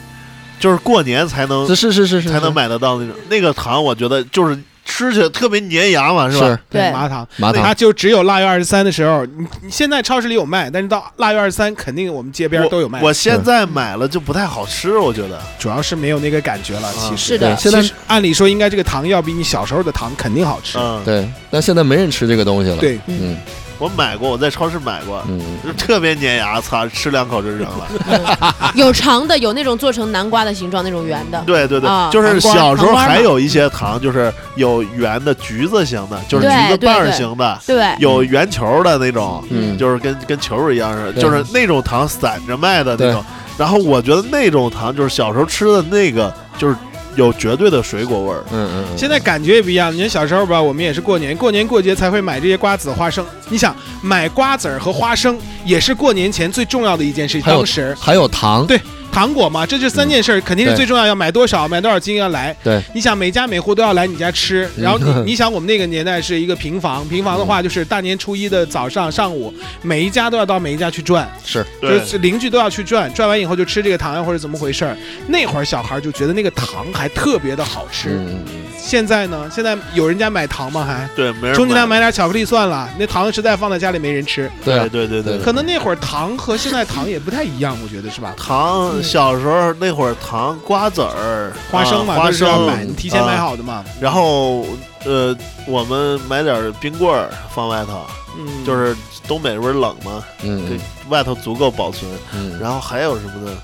就是过年才能嗯
是是是是是
才能买得到那种那个糖，我觉得就是。吃起来特别粘牙嘛，是吧？
是
对
麻糖，
麻
它
糖，
就只有腊月二十三的时候，你你现在超市里有卖，但是到腊月二十三肯定我们街边
我
都有卖，
我现在买了就不太好吃，我觉得。
主要是没有那个感觉了。其实
嗯是的
对，现在
其实按理说应该这个糖要比你小时候的糖肯定好吃。
嗯，
对，但现在没人吃这个东西了。，
对，
嗯
我买过，我在超市买过，
嗯，
就特别粘牙，擦，吃两口就扔了。
嗯有长的，有那种做成南瓜的形状那种圆的，
对对对
啊，
就是小时候
糖瓜儿嘛
还有一些糖，就是有圆的橘子形的，就是橘
对
子
对
瓣儿
对
形的，
对，
有圆球的那种，
嗯
就是跟跟球儿一样似的，
对
就是那种糖散着卖的那种。然后我觉得那种糖就是小时候吃的那个，就是有绝对的水果味儿。
嗯嗯嗯，
现在感觉也不一样。你看小时候吧，我们也是过年，过年过节才会买这些瓜子、花生。你想买瓜子儿和花生，也是过年前最重要的一件事。
还有
当时
还有糖，
对糖果嘛，这是三件事，肯定
嗯
是
对
最重要。要买多少，买多少斤要来。
对，
你想每家每户都要来你家吃，
嗯
然 后你你想我们那个年代是一个平房，平房的话就是大年初一的早上上午，每一家都要到每一家去转，
是
就是邻居都要去转，转完以后就吃这个糖呀或者怎么回事儿。那会儿小孩就觉得那个糖还特别的好吃。
嗯嗯嗯
现在呢？现在有人家买糖吗？还
对，没人
充其量
买。
买点巧克力算了，那糖实在放在家里没人吃。
对啊
对对对
对
对，
可能那会儿糖和现在糖也不太一样，我觉得是吧？
糖小时候那会儿糖瓜子儿、
嗯花生嘛，
啊花
都是要
生
买，提前买。
啊
好的嘛。
然后呃，我们买点儿冰棍儿放外头，
嗯，
就是东北不是冷吗？
嗯
对，外头足够保存。
嗯
然后还有什么呢？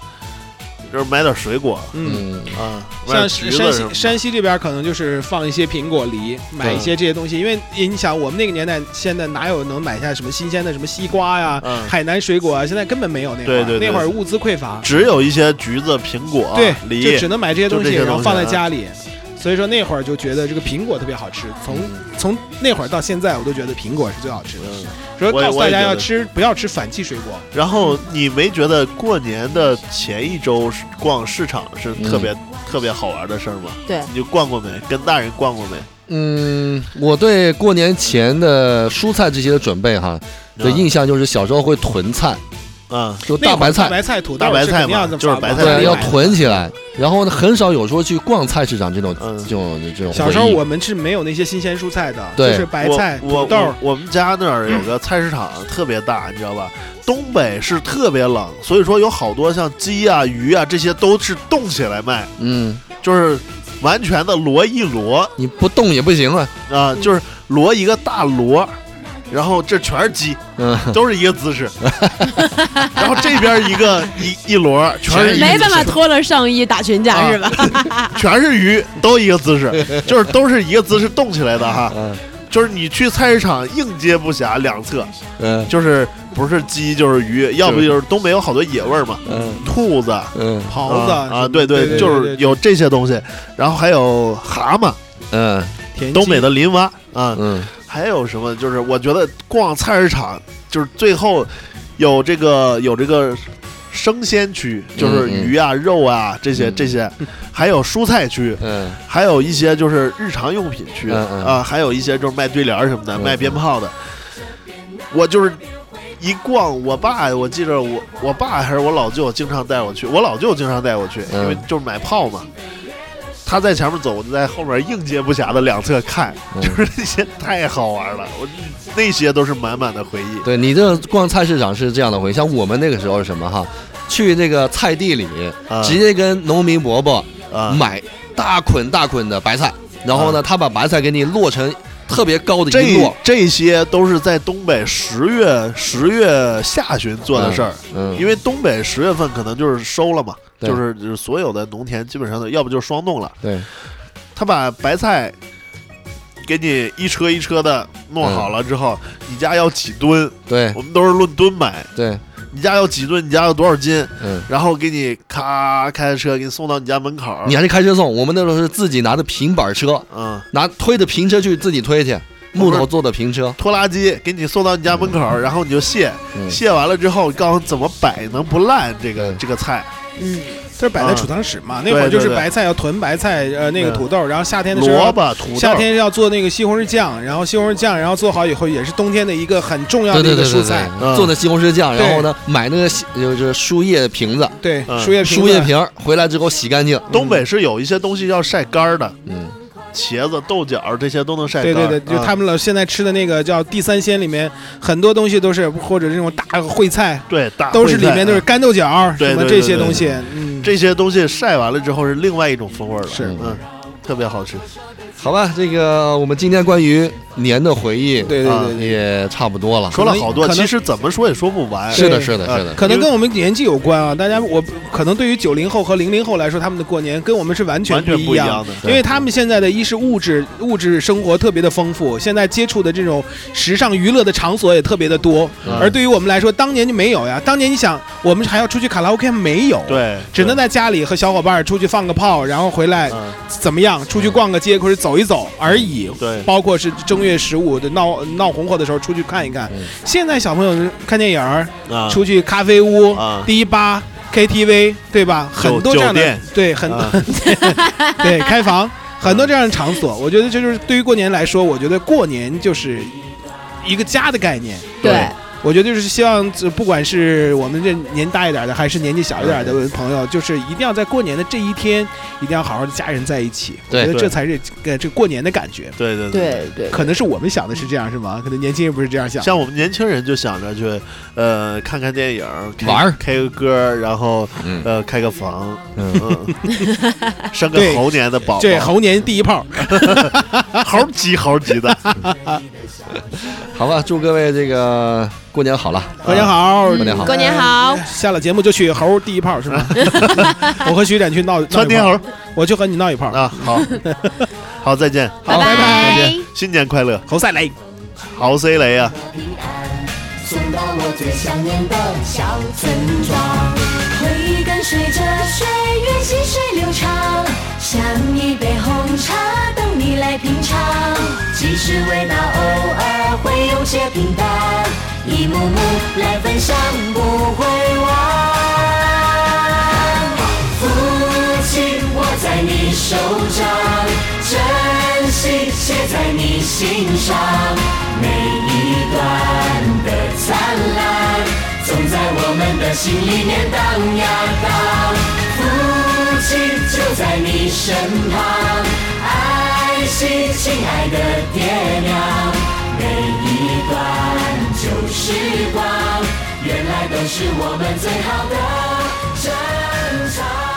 就是买点水果
嗯。
嗯
啊，买点
像
橘
是
子
山
什么
西
的
山西这边可能就是放一些苹果、梨，买一些这些东西，因为你想我们那个年代，现在哪有能买下什么新鲜的什么西瓜呀、
嗯
海南水果啊？现在根本没有那会
对
儿，
对对
那会儿物资匮乏，
只有一些橘子、苹果、啊嗯
对，就
梨
只，能买这些东
就
西，
这些
然
东
后
西
放在
啊
家里。所以说那会儿就觉得这个苹果特别好吃，从从那会儿到现在，我都觉得苹果是最好吃的。
嗯
所以
我也
告诉
我
大
也
家
觉
要
得
吃，不要吃反季水果。
然后你没觉得过年的前一周是逛市场是特别、
嗯
特别好玩的事儿吗？
对
你就逛过没？跟大人逛过没？
嗯，我对过年前的蔬菜这些的准备哈
嗯
的印象就是小时候会囤菜，
啊，
就
那
大
会儿
白
大
菜，
白菜、土豆
大白菜
是肯定
嘛
要这么
就是
放
白菜
放
里
对，要
买的
囤起来。然后呢，很少有说去逛菜市场这种
嗯
这种这种回忆。
小时候我们是没有那些新鲜蔬菜的，就
对
是白菜、
我
土
我
豆嗯
我。我们家那儿有个菜市场特别大，你知道吧？东北是特别冷，所以说有好多像鸡啊、鱼啊这些都是冻起来卖，
嗯，
就是完全的摞一摞
你不动也不行啊。
啊，就是摞一个大摞，然后这全是鸡，
嗯，
都是一个姿 势，然后这边一个一一摞，全是
对
一
没
个
办
姿
法
势，
脱了上衣打群架
啊
是吧？
全是鱼，都一个姿势，就是都是一个姿势动起来的哈。
嗯
就是你去菜市场应接不暇，两侧
嗯
就是不是鸡就是鱼，要不就是东北有好多野味儿嘛，
嗯
兔子、
嗯
桃子
啊
什么
啊，
的
对
对对，
就是有这些东西，然后还有蛤蟆，
嗯
田鸡
东北的林蛙啊，
嗯
还有什么？就是我觉得逛菜市场，就是最后有这个有这个生鲜区，
嗯
就是鱼啊、肉啊这些
嗯
这些，还有蔬菜区，
嗯
还有一些就是日常用品区
嗯嗯
啊，还有一些就是卖对联儿什么的、
嗯
卖鞭炮的。我就是一逛，我爸我记着我我爸还是我老舅经常带我去，我老舅经常带我去，
嗯
因为就是买炮嘛。他在前面走，我就在后面应接不暇的两侧看，
嗯
就是那些太好玩了，我那些都是满满的回忆。
对你这逛菜市场是这样的回忆，像我们那个时候是什么哈，去那个菜地里，
啊
直接跟农民伯伯
啊，
买大捆大捆的白菜，然后呢，他把白菜给你摞成特别高的啊一
这
摞，
这些都是在东北十月十月下旬做的事儿，
嗯，
因为东北十月份可能就是收了嘛，
对
就是就是所有的农田基本上都要不就是霜冻了。
对，
他把白菜给你一车一车的弄好了之后，
嗯
你家要几吨？
对
我们都是论吨买，
对，
你家要几吨？你家要多少斤？
嗯，
然后给你咔开着车给你送到你家门口。
你还是开车送，我们那时候是自己拿着平板车，
嗯，
拿推着平车去自己推去，木头做的平车，
拖拉机给你送到你家门口，然后你就卸，
嗯
卸完了之后告诉你怎么摆能不烂这个
对
这个菜，
嗯，
就是摆在
啊
储藏室嘛。那
对
会儿就是
对对
白菜要囤白菜，呃，那个
对
土豆，然后夏天的时候
萝。卜、土豆，
夏天要做那个西红柿酱，然后西红柿酱，然后做好以后也是冬天的一个很重要
对啊
的
对
一个
对对
蔬菜。
对，
嗯
做的西红柿酱，
对
然后呢，买那个西就是树叶瓶子，
对
嗯
树叶
树叶瓶儿回来之后洗干净，
东北是有一些东西要晒干儿的，
嗯，
茄子、豆角这些都能晒干
对
儿。
对对，就
啊
他们老现在吃的那个叫地三鲜里面，很多东西都是或者这种大烩菜，
对大
都是
烩
里
菜
面都是
嗯
干豆角儿
对
什么
对
这
对
些
对
东
对
西。嗯，
这些东西晒完了之后是另外一种风味儿了，
是
嗯，特别好吃。
好吧，这个我们今天关于年的回忆，
对对对
啊
对
也差不多了。
说了好多，
可能
其实怎么说也说不完。
是的，
对
是的，是的。
可能跟我们年纪有关啊，大家我可能对于九零后和零零后来说，他们的过年跟我们是完全
完全
一
不一样的
因为他们现在的一是物质物质生活特别的丰富，现在接触的这种时尚娱乐的场所也特别的多，
嗯
而对于我们来说，当年就没有呀。当年你想，我们还要出去卡拉 OK 没有？。
对，
只能在家里和小伙伴儿出去放个炮，然后回来
嗯
怎么样？出去逛个街或者走一走而已。
对
包括是正月十五的闹闹红火的时候出去看一看
嗯。
现在小朋友看电影儿，
啊，
出去咖啡屋、
啊
迪吧、KTV，对吧？
酒
很多这样
酒
的
店，
对，很多、
啊
对开房，很多这样的场所。我觉得这就是对于过年来说，我觉得过年就是一个家的概念。
对，
我觉得就是希望，呃不管是我们这年大一点的，还是年纪小一点的朋友，就是一定要在过年的这一天，一定要好好的家人在一起。
对
我觉得
对
这才是呃这过年的感觉。
对对
对对，
可能是我们想的是这样，是吗？可能年轻人不是这样想。
像我们年轻人就想着去，呃，看看电影，开
玩儿
开个歌，然后
嗯
呃，开个房，
嗯，
嗯， 生个
对
猴年的宝宝，
这猴年第一炮，
猴急猴急 的，
好吧，祝各位这个过年好了。
过年好，
嗯
嗯
过年好
过年好，
下了节目就去猴第一 炮是吗？我和徐展去闹闹
窜
一
天
炮，
猴
我去和你闹一炮，
啊，好，好，再见，
好拜拜
拜
再
新年快乐，
猴赛雷。
豪 C 雷啊！
平安，送到我最想念的小村庄。回忆跟随着岁月细水流长，像一杯红茶等你来品尝。即使味道偶尔会有些平淡，一幕幕来分享不会忘。父亲握在你手掌，真心写在你心上，每一段的灿烂，总在我们的心里面荡呀荡。父亲就在你身旁，爱惜亲爱的爹娘，每一段旧时光，原来都是我们最好的珍藏。